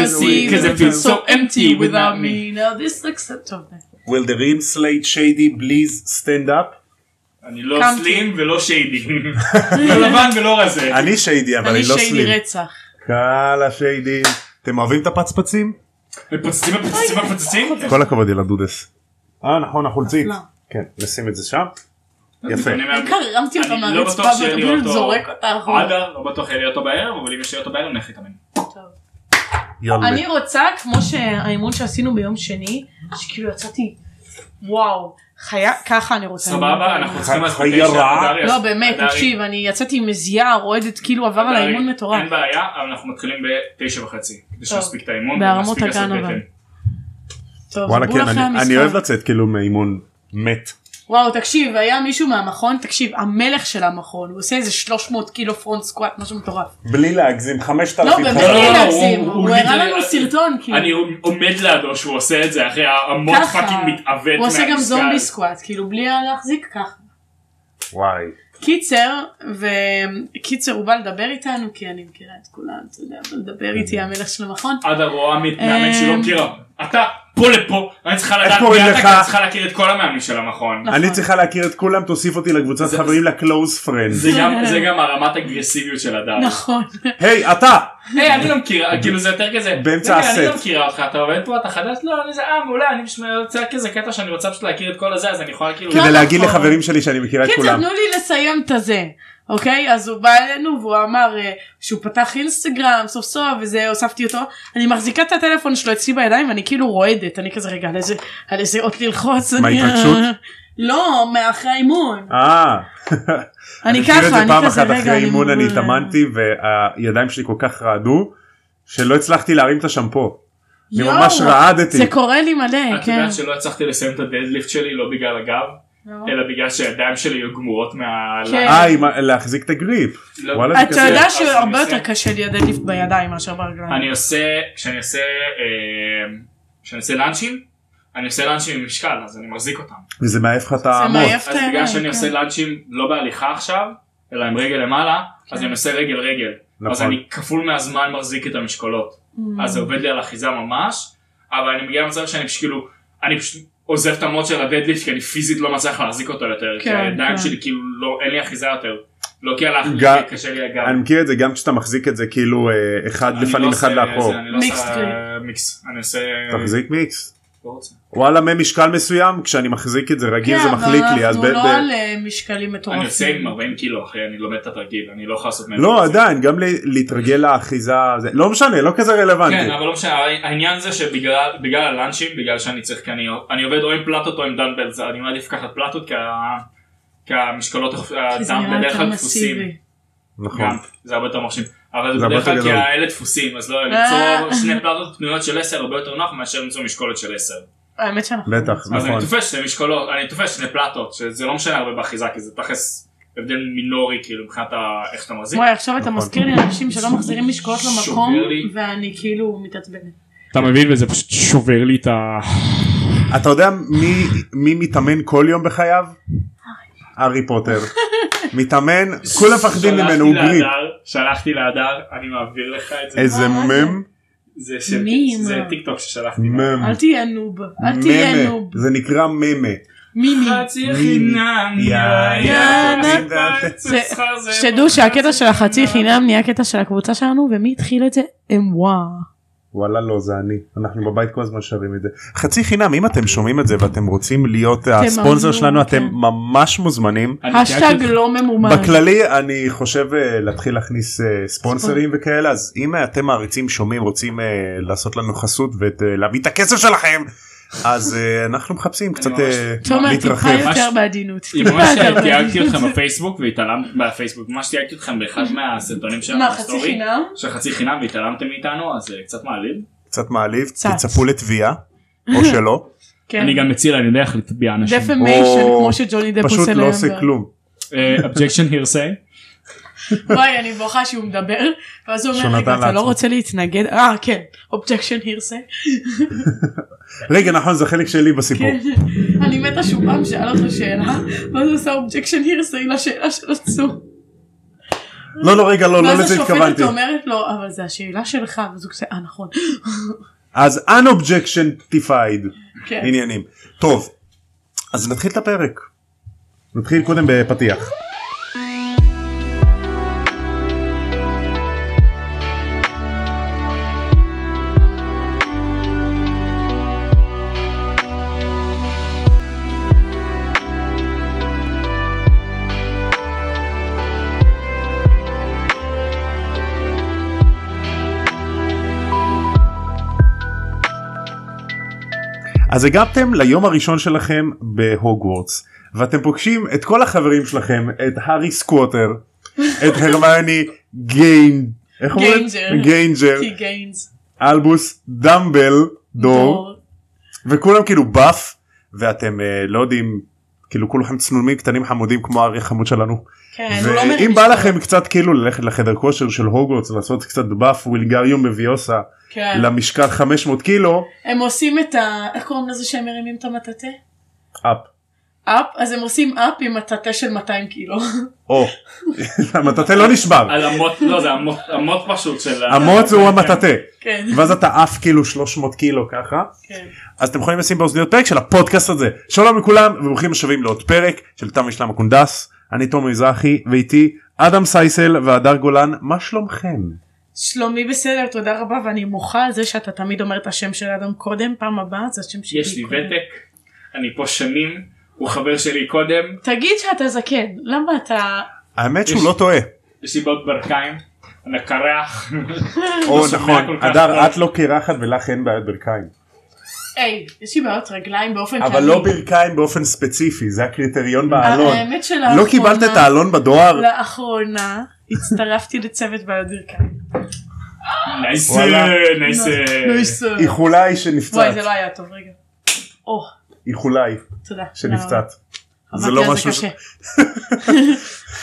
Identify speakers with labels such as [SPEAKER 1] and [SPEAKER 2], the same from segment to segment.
[SPEAKER 1] the
[SPEAKER 2] in a way,
[SPEAKER 1] sea
[SPEAKER 2] because it
[SPEAKER 1] that
[SPEAKER 2] feels
[SPEAKER 1] is
[SPEAKER 2] so empty without me.
[SPEAKER 1] Now this looks so טוב.
[SPEAKER 3] will the rim slate shady please stand up?
[SPEAKER 2] אני לא
[SPEAKER 1] קמתי.
[SPEAKER 2] סלים ולא שיידי. לא לבן ולא רזה.
[SPEAKER 3] אני שיידי אבל
[SPEAKER 1] אני
[SPEAKER 3] אני לא
[SPEAKER 1] שייני
[SPEAKER 3] סלים.
[SPEAKER 1] רצח.
[SPEAKER 3] קהל השיידים. אתם אוהבים את הפצפצים?
[SPEAKER 2] מפוצצים מפוצצים מפוצצים.
[SPEAKER 3] כל הכבוד ילד דודס. אה נכון החולצית.
[SPEAKER 1] לא.
[SPEAKER 3] כן נשים את זה שם. יפה.
[SPEAKER 2] אני
[SPEAKER 1] בעיקר הרמתי אותה
[SPEAKER 2] אני לא
[SPEAKER 1] מהרצפה
[SPEAKER 2] בטוח שיהיה לי
[SPEAKER 1] ואתה
[SPEAKER 2] אותו.
[SPEAKER 1] זורק אותה אחורה. כן.
[SPEAKER 2] עד לא בטוח יהיה לי אותו בערב אבל אם יש לי אותו בערב נלך איתם.
[SPEAKER 3] יאללה.
[SPEAKER 1] אני רוצה כמו שהאימון שעשינו ביום שני שכאילו יצאתי וואו חיה ככה אני רוצה.
[SPEAKER 2] סבבה אנחנו צריכים לעשות
[SPEAKER 3] חיה
[SPEAKER 2] תשע,
[SPEAKER 3] רעה.
[SPEAKER 2] דריה,
[SPEAKER 1] לא באמת
[SPEAKER 2] דריה,
[SPEAKER 1] תקשיב אני יצאתי מזיעה רועדת כאילו עבר
[SPEAKER 2] דריה,
[SPEAKER 1] עליי אימון מטורף.
[SPEAKER 2] אין בעיה אבל אנחנו מתחילים בתשע וחצי. כדי
[SPEAKER 1] טוב.
[SPEAKER 2] שנספיק את האימון.
[SPEAKER 1] בהרמות
[SPEAKER 2] ונספיק לעשות
[SPEAKER 1] הגן, אבל.
[SPEAKER 2] בטן.
[SPEAKER 1] טוב,
[SPEAKER 3] וואלה
[SPEAKER 1] בול
[SPEAKER 3] כן
[SPEAKER 1] אחרי
[SPEAKER 3] אני-
[SPEAKER 1] המשחק.
[SPEAKER 3] אני אוהב לצאת כאילו מאימון מת.
[SPEAKER 1] וואו תקשיב היה מישהו מהמכון תקשיב המלך של המכון הוא עושה איזה 300 קילו פרונט סקואט משהו מטורף.
[SPEAKER 3] בלי להגזים
[SPEAKER 1] לא
[SPEAKER 3] 5,000
[SPEAKER 1] באמת
[SPEAKER 2] לא, לא,
[SPEAKER 1] אין
[SPEAKER 2] לא,
[SPEAKER 1] להגזים
[SPEAKER 2] הוא-
[SPEAKER 1] הוא
[SPEAKER 2] הוא
[SPEAKER 1] הראה
[SPEAKER 2] ליטרלי-
[SPEAKER 1] לנו סרטון
[SPEAKER 2] אני
[SPEAKER 1] כאילו.
[SPEAKER 2] עומד לידו שהוא עושה את זה אחרי המון
[SPEAKER 1] ככה.
[SPEAKER 2] פאקינג מתעוות מהמשקל.
[SPEAKER 1] הוא עושה גם זומבי סקואט כאילו בלי להחזיק ככה.
[SPEAKER 3] וואי.
[SPEAKER 1] קיצר וקיצר הוא בא לדבר איתנו כי אני מכירה את כולם אתה יודע אבל לדבר איתי המלך של המכון
[SPEAKER 2] עד הרואה מאמן שלא
[SPEAKER 1] אמ,
[SPEAKER 2] מכירה. לא אתה פה לפה, אני צריכה לדעת
[SPEAKER 3] קוראים
[SPEAKER 2] מי אתה,
[SPEAKER 3] לך?
[SPEAKER 2] כי אני צריכה להכיר את כל המאמנים של המכון.
[SPEAKER 1] נכון.
[SPEAKER 3] אני צריכה להכיר את כולם תוסיף אותי לקבוצת חברים לקלוז פרנדס.
[SPEAKER 2] זה גם- זה גם הרמת אגרסיביות של
[SPEAKER 3] אה,
[SPEAKER 2] הדר.
[SPEAKER 1] נכון
[SPEAKER 3] היי אתה.
[SPEAKER 2] היי אני לא מכירה, כאילו זה יותר כזה,
[SPEAKER 3] באמצע
[SPEAKER 2] רגע, אני לא
[SPEAKER 3] הסט.
[SPEAKER 2] מכירה אותך, אתה עובד פה, אתה חדש? לא, אני זה, אה מעולה, אני פשוט רוצה כזה קטע שאני רוצה פשוט להכיר את כל הזה, אז אני יכולה כאילו...
[SPEAKER 3] כדי
[SPEAKER 1] לא
[SPEAKER 3] להגיד
[SPEAKER 1] נכון.
[SPEAKER 3] לחברים שלי שאני מכירה את
[SPEAKER 1] קיצר
[SPEAKER 3] כולם.
[SPEAKER 1] תנו לי לסיים את הזה אוקיי אז הוא בא אלינו והוא אמר אה, שהוא פתח אינסטגרם סוף סוף וזה הוספתי אותו אני מחזיקה את הטלפון שלו אצלי בידיים ואני כאילו רועדת אני כזה רגע על איזה על איזה אות ללחוץ
[SPEAKER 3] מה,
[SPEAKER 1] אני-
[SPEAKER 3] התרגשות?
[SPEAKER 1] לא מאחרי האימון
[SPEAKER 3] אה.
[SPEAKER 1] אני
[SPEAKER 3] מכיר את זה
[SPEAKER 1] ככה אני
[SPEAKER 3] פעם
[SPEAKER 1] כזה
[SPEAKER 3] אחת
[SPEAKER 1] רגע
[SPEAKER 3] אחרי אימון אני
[SPEAKER 1] מול-
[SPEAKER 3] התאמנתי והידיים שלי כל כך רעדו שלא הצלחתי להרים את השמפו. אני
[SPEAKER 1] יואו,
[SPEAKER 3] ממש רעדתי.
[SPEAKER 1] זה קורה לי מלא
[SPEAKER 2] את
[SPEAKER 1] כן.
[SPEAKER 2] יודעת שלא הצלחתי לסיים את הדדליפט שלי לא בגלל הגב, אלא בגלל שהידיים שלי היו גמורות מה...
[SPEAKER 1] כן.
[SPEAKER 3] אה, עם ה- להחזיק את הגריפ.
[SPEAKER 2] לא.
[SPEAKER 3] וואלה, זה
[SPEAKER 1] אתה
[SPEAKER 3] כזה.
[SPEAKER 1] יודע
[SPEAKER 2] אז אני
[SPEAKER 1] שהרבה
[SPEAKER 2] עושה-
[SPEAKER 1] יותר קשה לי הדליף בידיים מאשר ברגליים.
[SPEAKER 2] אני עושה, כשאני עושה, אה, כשאני עושה לאנצ'ים, אני עושה לאנצ'ים עם משקל, אז אני מחזיק אותם.
[SPEAKER 3] וזה מעייף לך את האמות.
[SPEAKER 1] מעייף את
[SPEAKER 2] אז בגלל
[SPEAKER 1] העיניים,
[SPEAKER 2] שאני
[SPEAKER 1] כן.
[SPEAKER 2] עושה לאנצ'ים לא בהליכה עכשיו, אלא עם רגל למעלה,
[SPEAKER 1] כן.
[SPEAKER 2] אז אני עושה רגל רגל. אז
[SPEAKER 3] נכון.
[SPEAKER 2] אני כפול מהזמן מחזיק את המשקולות.
[SPEAKER 1] Mm.
[SPEAKER 2] אז זה עובד לי על אחיזה ממש, אבל אני מגיע למצב שאני פשוט כאילו, אני פשוט עוזב את המוד של הדדליפט כי אני פיזית לא מצליח להחזיק אותו יותר. כי
[SPEAKER 1] כן,
[SPEAKER 2] הידיים
[SPEAKER 1] כן.
[SPEAKER 2] שלי כאילו לא, אין לי אחיזה יותר. לא כי הלך לי,
[SPEAKER 3] גם-
[SPEAKER 2] כי קשה לי הגב.
[SPEAKER 3] אני מכיר את זה גם כשאתה מחזיק את זה כאילו אה, אחד
[SPEAKER 2] אני לא
[SPEAKER 3] לפנים אחד
[SPEAKER 2] עושה-
[SPEAKER 3] לאחור.
[SPEAKER 2] זה, אני לא
[SPEAKER 1] Mixed
[SPEAKER 2] עושה
[SPEAKER 1] grip.
[SPEAKER 2] מיקס. אני עושה...
[SPEAKER 3] תחזיק מיקס.
[SPEAKER 2] לא רוצה.
[SPEAKER 3] וואלה ממשקל מסוים כשאני מחזיק את זה רגיל
[SPEAKER 1] כן,
[SPEAKER 3] זה
[SPEAKER 1] אבל
[SPEAKER 3] מחליק לי. אז
[SPEAKER 1] אנחנו
[SPEAKER 3] ב- ב-
[SPEAKER 1] לא על אה, משקלים מטורפים.
[SPEAKER 2] אני עושה עם 40 קילו אחי, אני לומד את התרגיל, אני לא יכול לעשות מעבר
[SPEAKER 3] לא
[SPEAKER 2] לזה.
[SPEAKER 3] עדיין גם ל- להתרגל לאחיזה זה לא משנה לא כזה
[SPEAKER 2] כן,
[SPEAKER 3] רלוונטי.
[SPEAKER 2] אבל לא משנה, העניין זה שבגלל בגלל הלאנצ'ים, בגלל שאני צריך, כי אני, אני עובד או עם פלטות או עם דמבלס, אני מעדיף לקחת פלטות כי, ה, כי המשקלות,
[SPEAKER 1] כי זה נראה
[SPEAKER 2] הדמבל בדרך
[SPEAKER 1] יותר
[SPEAKER 2] כלל דפוסים,
[SPEAKER 1] מסיבי.
[SPEAKER 3] נכון.
[SPEAKER 2] גם, זה הרבה יותר מרשים, אבל
[SPEAKER 3] זה
[SPEAKER 2] זה
[SPEAKER 3] הרבה
[SPEAKER 2] בדרך כלל
[SPEAKER 3] יותר
[SPEAKER 2] כי
[SPEAKER 3] גדול.
[SPEAKER 2] האלה דפוסים, אז לא,
[SPEAKER 1] אה.
[SPEAKER 2] למצוא שני פלטות פנויות של 10 הרבה יותר נוח מאשר למצוא משקולת של 10.
[SPEAKER 1] האמת שאנחנו...
[SPEAKER 3] בטח
[SPEAKER 2] אז אני
[SPEAKER 3] נכון.
[SPEAKER 2] תופס שני משקולות, אני תופס שני פלטות, שזה לא משנה הרבה באחיזה, כי זה תכלס הבדל מינורי, כאילו, מבחינת ה- איך שאתה מחזיק.
[SPEAKER 1] וואי עכשיו אתה
[SPEAKER 3] נכון.
[SPEAKER 1] מזכיר לי אנשים שלא מחזירים משקולות
[SPEAKER 2] שובר
[SPEAKER 1] למקום
[SPEAKER 2] לי.
[SPEAKER 1] ואני כאילו מתעצבנת.
[SPEAKER 2] אתה מבין וזה פשוט שובר לי את ה...
[SPEAKER 3] אתה יודע מי, מי מתאמן כל יום בחייו? הארי פוטר. מתאמן, כולם מפחדים ממנו, הוא גריפ.
[SPEAKER 2] שלחתי להדר, אני מעביר לך את זה.
[SPEAKER 3] איזה
[SPEAKER 1] מה זה?
[SPEAKER 3] מם,
[SPEAKER 2] זה של-
[SPEAKER 1] מי,
[SPEAKER 2] זה
[SPEAKER 1] מה?
[SPEAKER 2] טיק טוק ששלחתי.
[SPEAKER 3] מם,
[SPEAKER 1] אל תהיה נוב. אל תהיה
[SPEAKER 3] ממה,
[SPEAKER 1] נוב.
[SPEAKER 3] זה נקרא ממה.
[SPEAKER 1] מימי.
[SPEAKER 2] חצי
[SPEAKER 3] מי?
[SPEAKER 2] חינם,
[SPEAKER 3] יא,
[SPEAKER 1] יא,
[SPEAKER 2] יא, יא,
[SPEAKER 3] נת.
[SPEAKER 2] נת.
[SPEAKER 1] זה-
[SPEAKER 2] שכר זה לא-
[SPEAKER 1] שתדעו שהקטע
[SPEAKER 2] חצי
[SPEAKER 1] של החצי חינם נהיה קטע של הקבוצה שלנו ומי התחיל את זה? הם וואו.
[SPEAKER 3] וואלה לא זה אני אנחנו בבית כל הזמן שרים את זה חצי חינם אם אתם שומעים את זה ואתם רוצים להיות הספונסר
[SPEAKER 1] כן.
[SPEAKER 3] שלנו אתם ממש מוזמנים
[SPEAKER 2] אני
[SPEAKER 1] השטג
[SPEAKER 2] תיארתי-
[SPEAKER 1] לא ממומן.
[SPEAKER 3] בכללי אני חושב אה, להתחיל להכניס אה, ספונסרים וכאלה אז אם אה, אתם מעריצים שומעים רוצים אה, לעשות לנו חסות ולהביא את הכסף שלכם אז אה, אנחנו מחפשים קצת
[SPEAKER 2] ממש-
[SPEAKER 3] אה,
[SPEAKER 1] תומר טיפה
[SPEAKER 3] להתרחב.
[SPEAKER 1] יותר בעדינות.
[SPEAKER 2] היא
[SPEAKER 1] טיפה
[SPEAKER 2] ממש
[SPEAKER 1] יותר
[SPEAKER 2] תיאגתי
[SPEAKER 1] בעדינות.
[SPEAKER 2] אתכם בפייסבוק והתעלמתם בפייסבוק ממש תיאגתי אתכם באחד מהסרטונים שלנו
[SPEAKER 1] מה חצי
[SPEAKER 2] בסטורי,
[SPEAKER 1] חינם?
[SPEAKER 2] של חצי חינם והתעלמתם מאיתנו אז זה קצת מעליב.
[SPEAKER 3] קצת מעליב
[SPEAKER 1] קצת.
[SPEAKER 3] תצפו לתביעה או שלא
[SPEAKER 1] כן.
[SPEAKER 2] אני גם מציל אני יודע איך לטביע אנשים.
[SPEAKER 1] דפמיישן
[SPEAKER 3] או-
[SPEAKER 1] כמו שג'וני דפ
[SPEAKER 3] פשוט
[SPEAKER 1] עושה
[SPEAKER 3] לא עושה
[SPEAKER 1] לאמבר.
[SPEAKER 3] כלום
[SPEAKER 2] אה, אובג'קשן הירסיי.
[SPEAKER 1] וואי אני בוכה שהוא מדבר ואז הוא
[SPEAKER 3] שהוא
[SPEAKER 1] אומר רגע
[SPEAKER 3] נתן
[SPEAKER 1] אתה לא
[SPEAKER 3] לעצמו."
[SPEAKER 1] רוצה להתנגד אה כן אובג'קשן הירסה
[SPEAKER 3] רגע נכון זה חלק שלי בסיפור
[SPEAKER 1] כן אני מתה שהוא פעם שאל אותו שאלה ואז הוא עשה אובג'קשן הירסה לשאלה של עצמו
[SPEAKER 3] לא לא רגע לא לא
[SPEAKER 1] ואז
[SPEAKER 3] לזה
[SPEAKER 1] השופטת
[SPEAKER 3] התכוונתי
[SPEAKER 1] אומרת לו, אבל זה השאלה שלך, ואז הוא כזה, אה נכון.
[SPEAKER 3] אז unobjectified
[SPEAKER 1] כן.
[SPEAKER 3] עניינים טוב אז נתחיל את הפרק נתחיל קודם בפתיח אז הגעתם ליום הראשון שלכם בהוגוורטס ואתם פוגשים את כל החברים שלכם את הארי סקווטר את הרמיוני גיין איך אומרים?
[SPEAKER 1] גיינג'ר.
[SPEAKER 3] גיינג'ר
[SPEAKER 1] כי גיינס.
[SPEAKER 3] אלבוס דמבל דור וכולם כאילו באף ואתם אה, לא יודעים כאילו כולכם צנומים קטנים חמודים כמו הארי החמוד שלנו.
[SPEAKER 1] כן, הוא לא מרגיש.
[SPEAKER 3] ואם בא לכם קצת כאילו ללכת לחדר כושר של הוגוורטס לעשות קצת באף ווילגריום בוויוסה
[SPEAKER 1] כן.
[SPEAKER 3] למשקל 500 קילו
[SPEAKER 1] הם עושים את ה... איך קוראים לזה שהם מרימים את המטאטה?
[SPEAKER 3] אפ.
[SPEAKER 1] אפ? אז הם עושים אפ עם מטאטה של 200 קילו.
[SPEAKER 3] או המטאטה לא נשבר
[SPEAKER 2] על המוט, לא זה המוט, המוט פשוט של... ה-
[SPEAKER 3] המוץ הוא המטאטה
[SPEAKER 1] כן.
[SPEAKER 3] ואז אתה עף כאילו 300 קילו ככה
[SPEAKER 1] כן.
[SPEAKER 3] אז אתם יכולים לשים באוזניות פרק של הפודקאסט הזה שלום לכולם וברוכים השבים לעוד פרק של תם ושלם הקונדס אני תום מזרחי ואיתי אדם סייסל והדר גולן מה שלומכם?
[SPEAKER 1] שלומי בסדר, תודה רבה, ואני מוחה על זה שאתה תמיד אומר את השם של אדם קודם, פעם הבאה זה השם שלי.
[SPEAKER 2] יש לי
[SPEAKER 1] קודם.
[SPEAKER 2] ותק, אני פה שנים, הוא חבר שלי קודם,
[SPEAKER 1] תגיד שאתה זקן, למה אתה...
[SPEAKER 3] האמת
[SPEAKER 2] יש-
[SPEAKER 3] שהוא לא טועה.
[SPEAKER 2] יש לי בעוד ברכיים, אני קרח. לא
[SPEAKER 3] או
[SPEAKER 2] שומע
[SPEAKER 3] נכון,
[SPEAKER 2] כל כך
[SPEAKER 3] אדר
[SPEAKER 2] טוב.
[SPEAKER 3] את לא קרחת ולך אין בעיית ברכיים.
[SPEAKER 1] היי, יש לי בעיות רגליים באופן כללי.
[SPEAKER 3] אבל לא ברכיים באופן ספציפי זה הקריטריון בעלון.
[SPEAKER 1] אה, האמת לא,
[SPEAKER 3] לא קיבלת את העלון בדואר?
[SPEAKER 1] לאחרונה הצטרפתי לצוות בעיות ברכיים.
[SPEAKER 2] נייס,
[SPEAKER 3] וואלה.
[SPEAKER 2] נייס.
[SPEAKER 3] איחולי
[SPEAKER 1] לא, וואי
[SPEAKER 3] שנפצעת.
[SPEAKER 1] זה לא היה טוב רגע. או,
[SPEAKER 3] איחולי
[SPEAKER 1] תודה.
[SPEAKER 3] שנפצעת.
[SPEAKER 1] לא,
[SPEAKER 3] זה לא
[SPEAKER 1] עבדתי על
[SPEAKER 3] משהו ש-
[SPEAKER 1] קשה.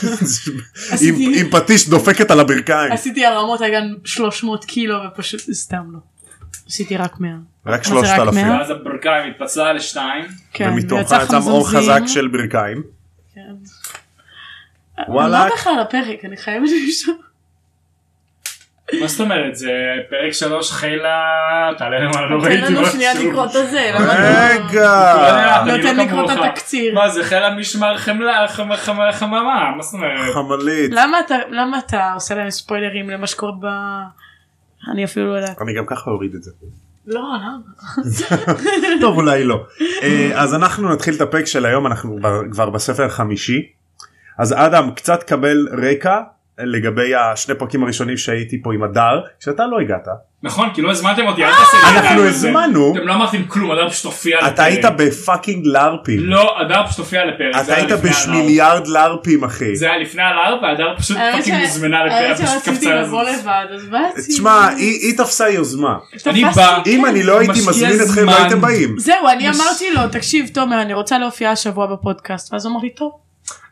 [SPEAKER 3] עם
[SPEAKER 1] עשיתי-
[SPEAKER 3] עם פטיש דופקת על הברכיים.
[SPEAKER 1] עשיתי הרמות אגן 300 קילו ופשוט סתם לא. עשיתי רק 100.
[SPEAKER 3] רק
[SPEAKER 1] מה זה, רק
[SPEAKER 3] 3,000.
[SPEAKER 1] מאה?
[SPEAKER 2] ואז הברכיים התפצלה לשתיים.
[SPEAKER 1] כן,
[SPEAKER 3] ומתוכך
[SPEAKER 1] ויצא
[SPEAKER 3] יצא אור
[SPEAKER 1] חמזמזים.
[SPEAKER 3] חזק של ברכיים.
[SPEAKER 1] כן.
[SPEAKER 3] וואלה.
[SPEAKER 1] מה לא בכלל הפרק? אני חייבת לשאול.
[SPEAKER 2] מה זאת אומרת זה פרק שלוש חילה תעלה למעלה לא
[SPEAKER 1] תן
[SPEAKER 2] ראיתי
[SPEAKER 1] לנו שנייה
[SPEAKER 2] משהו.
[SPEAKER 1] לקרוא את הזה. למה אתה-
[SPEAKER 3] רגע.
[SPEAKER 2] לא
[SPEAKER 1] נותן
[SPEAKER 2] אני לא
[SPEAKER 1] לקרוא את
[SPEAKER 2] כמוך.
[SPEAKER 1] התקציר.
[SPEAKER 2] מה זה חיל המשמר חמלה חמ- חמ- חממה מה זאת
[SPEAKER 3] לא.
[SPEAKER 2] אומרת
[SPEAKER 3] חמלית.
[SPEAKER 1] למה אתה למה אתה עושה להם ספוילרים למה שקורה ב... אני אפילו לא יודעת.
[SPEAKER 3] אני גם ככה אוריד את זה.
[SPEAKER 1] לא, למה?
[SPEAKER 3] טוב אולי לא אה, אז אנחנו נתחיל את הפרק של היום אנחנו ב- כבר בספר החמישי אז אדם קצת קבל רקע לגבי השני פרקים הראשונים שהייתי פה עם הדר שאתה לא הגעת
[SPEAKER 2] נכון כי לא הזמנתם
[SPEAKER 1] אה!
[SPEAKER 2] אותי אל תעשה לי
[SPEAKER 3] אנחנו
[SPEAKER 2] עיניים לזה.
[SPEAKER 3] הזמנו
[SPEAKER 2] אתם לא אמרתם כלום אדם פשוט הופיע לפרק.
[SPEAKER 3] אתה היית בפאקינג לארפים
[SPEAKER 2] לא אדם פשוט הופיע לפרק. זה
[SPEAKER 3] אתה
[SPEAKER 2] היה
[SPEAKER 3] היית
[SPEAKER 2] לפני הלאר.
[SPEAKER 3] בשמיליארד לארפים אחי
[SPEAKER 2] זה היה לפני הלאר והדר פשוט
[SPEAKER 1] האמת
[SPEAKER 2] פאקינג
[SPEAKER 1] ש-
[SPEAKER 2] הוזמנה
[SPEAKER 1] האמת
[SPEAKER 2] לפרק. פשוט
[SPEAKER 1] שרציתי
[SPEAKER 2] קפצה על
[SPEAKER 1] לבוא
[SPEAKER 2] זה.
[SPEAKER 1] לבד אז באתי.
[SPEAKER 3] תשמע היא היא תפסה יוזמה
[SPEAKER 2] אני
[SPEAKER 1] תפסתי,
[SPEAKER 2] בא.
[SPEAKER 1] כן.
[SPEAKER 3] אם אני לא הייתי
[SPEAKER 2] משקיע
[SPEAKER 3] מזמין אתכם לא
[SPEAKER 2] זמן.
[SPEAKER 3] הייתם באים
[SPEAKER 1] זהו אני
[SPEAKER 2] מש-
[SPEAKER 1] אמרתי לו תקשיב תומר אני רוצה להופיע השבוע בפודקאסט ואז הוא אמר לי טוב.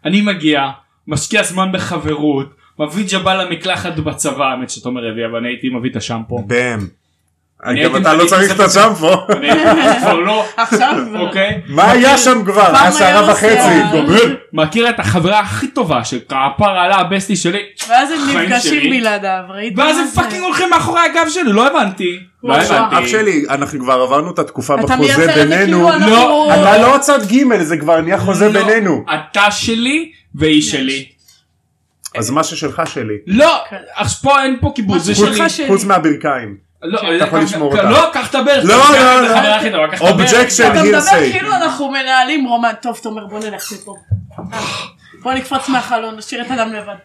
[SPEAKER 2] אני מגיע, משקיע זמן בחברות, מביא ג'בל למקלחת בצבא, האמת שתומר הביא, אבל אני הייתי מביא את השמפו.
[SPEAKER 3] בם.
[SPEAKER 2] אני
[SPEAKER 3] גם
[SPEAKER 2] הייתי-
[SPEAKER 3] אתה לא
[SPEAKER 2] אני
[SPEAKER 3] צריך את
[SPEAKER 2] הייתי
[SPEAKER 3] השמפו
[SPEAKER 2] אני הייתי- כבר לא,
[SPEAKER 1] עכשיו.
[SPEAKER 2] אוקיי?
[SPEAKER 3] מה היה שם כבר
[SPEAKER 1] פעם
[SPEAKER 3] היה
[SPEAKER 1] היה
[SPEAKER 3] שערה וחצי
[SPEAKER 1] שיער.
[SPEAKER 3] גובר.
[SPEAKER 2] מכיר את החברה הכי טובה שלך, הפרה הבסטי שלי,
[SPEAKER 1] ואז הם
[SPEAKER 2] אוקיי. חיים
[SPEAKER 1] נפגשים
[SPEAKER 2] שלי.
[SPEAKER 1] בלעדיו ראית?
[SPEAKER 2] ואז
[SPEAKER 1] מה
[SPEAKER 2] הם
[SPEAKER 1] אה, זה?
[SPEAKER 2] פאקינג הולכים מאחורי הגב שלי, לא הבנתי. לא
[SPEAKER 1] וואו.
[SPEAKER 2] הבנתי.
[SPEAKER 3] אח שלי אנחנו כבר עברנו את התקופה
[SPEAKER 1] אתה
[SPEAKER 3] בחוזה
[SPEAKER 1] מייצר את זה
[SPEAKER 3] בינינו
[SPEAKER 1] כאילו אנחנו.
[SPEAKER 3] אתה לא צד ג' זה כבר נהיה חוזה
[SPEAKER 2] לא,
[SPEAKER 3] בינינו
[SPEAKER 2] אתה שלי והיא שלי.
[SPEAKER 3] אז מה ששלך שלי
[SPEAKER 2] לא,
[SPEAKER 1] כן.
[SPEAKER 2] אז פה אין פה כיבוש, זה
[SPEAKER 1] חוץ-
[SPEAKER 2] שלי.
[SPEAKER 1] חוץ- שלי.
[SPEAKER 3] חוץ מהברכיים
[SPEAKER 2] לא,
[SPEAKER 1] אתה
[SPEAKER 2] זה-
[SPEAKER 3] יכול לשמור אותה.
[SPEAKER 2] לא, קח את הברך.
[SPEAKER 3] לא,
[SPEAKER 2] קח את
[SPEAKER 3] לא, לא.
[SPEAKER 2] החברה הכי טובה, קח את הברך.
[SPEAKER 3] Objection.
[SPEAKER 1] אתה מדבר
[SPEAKER 3] hearsay.
[SPEAKER 1] כאילו אנחנו מנהלים רומן. טוב תומר בוא נלך מפה. בוא נקפוץ מהחלון נשאיר את אדם לבד.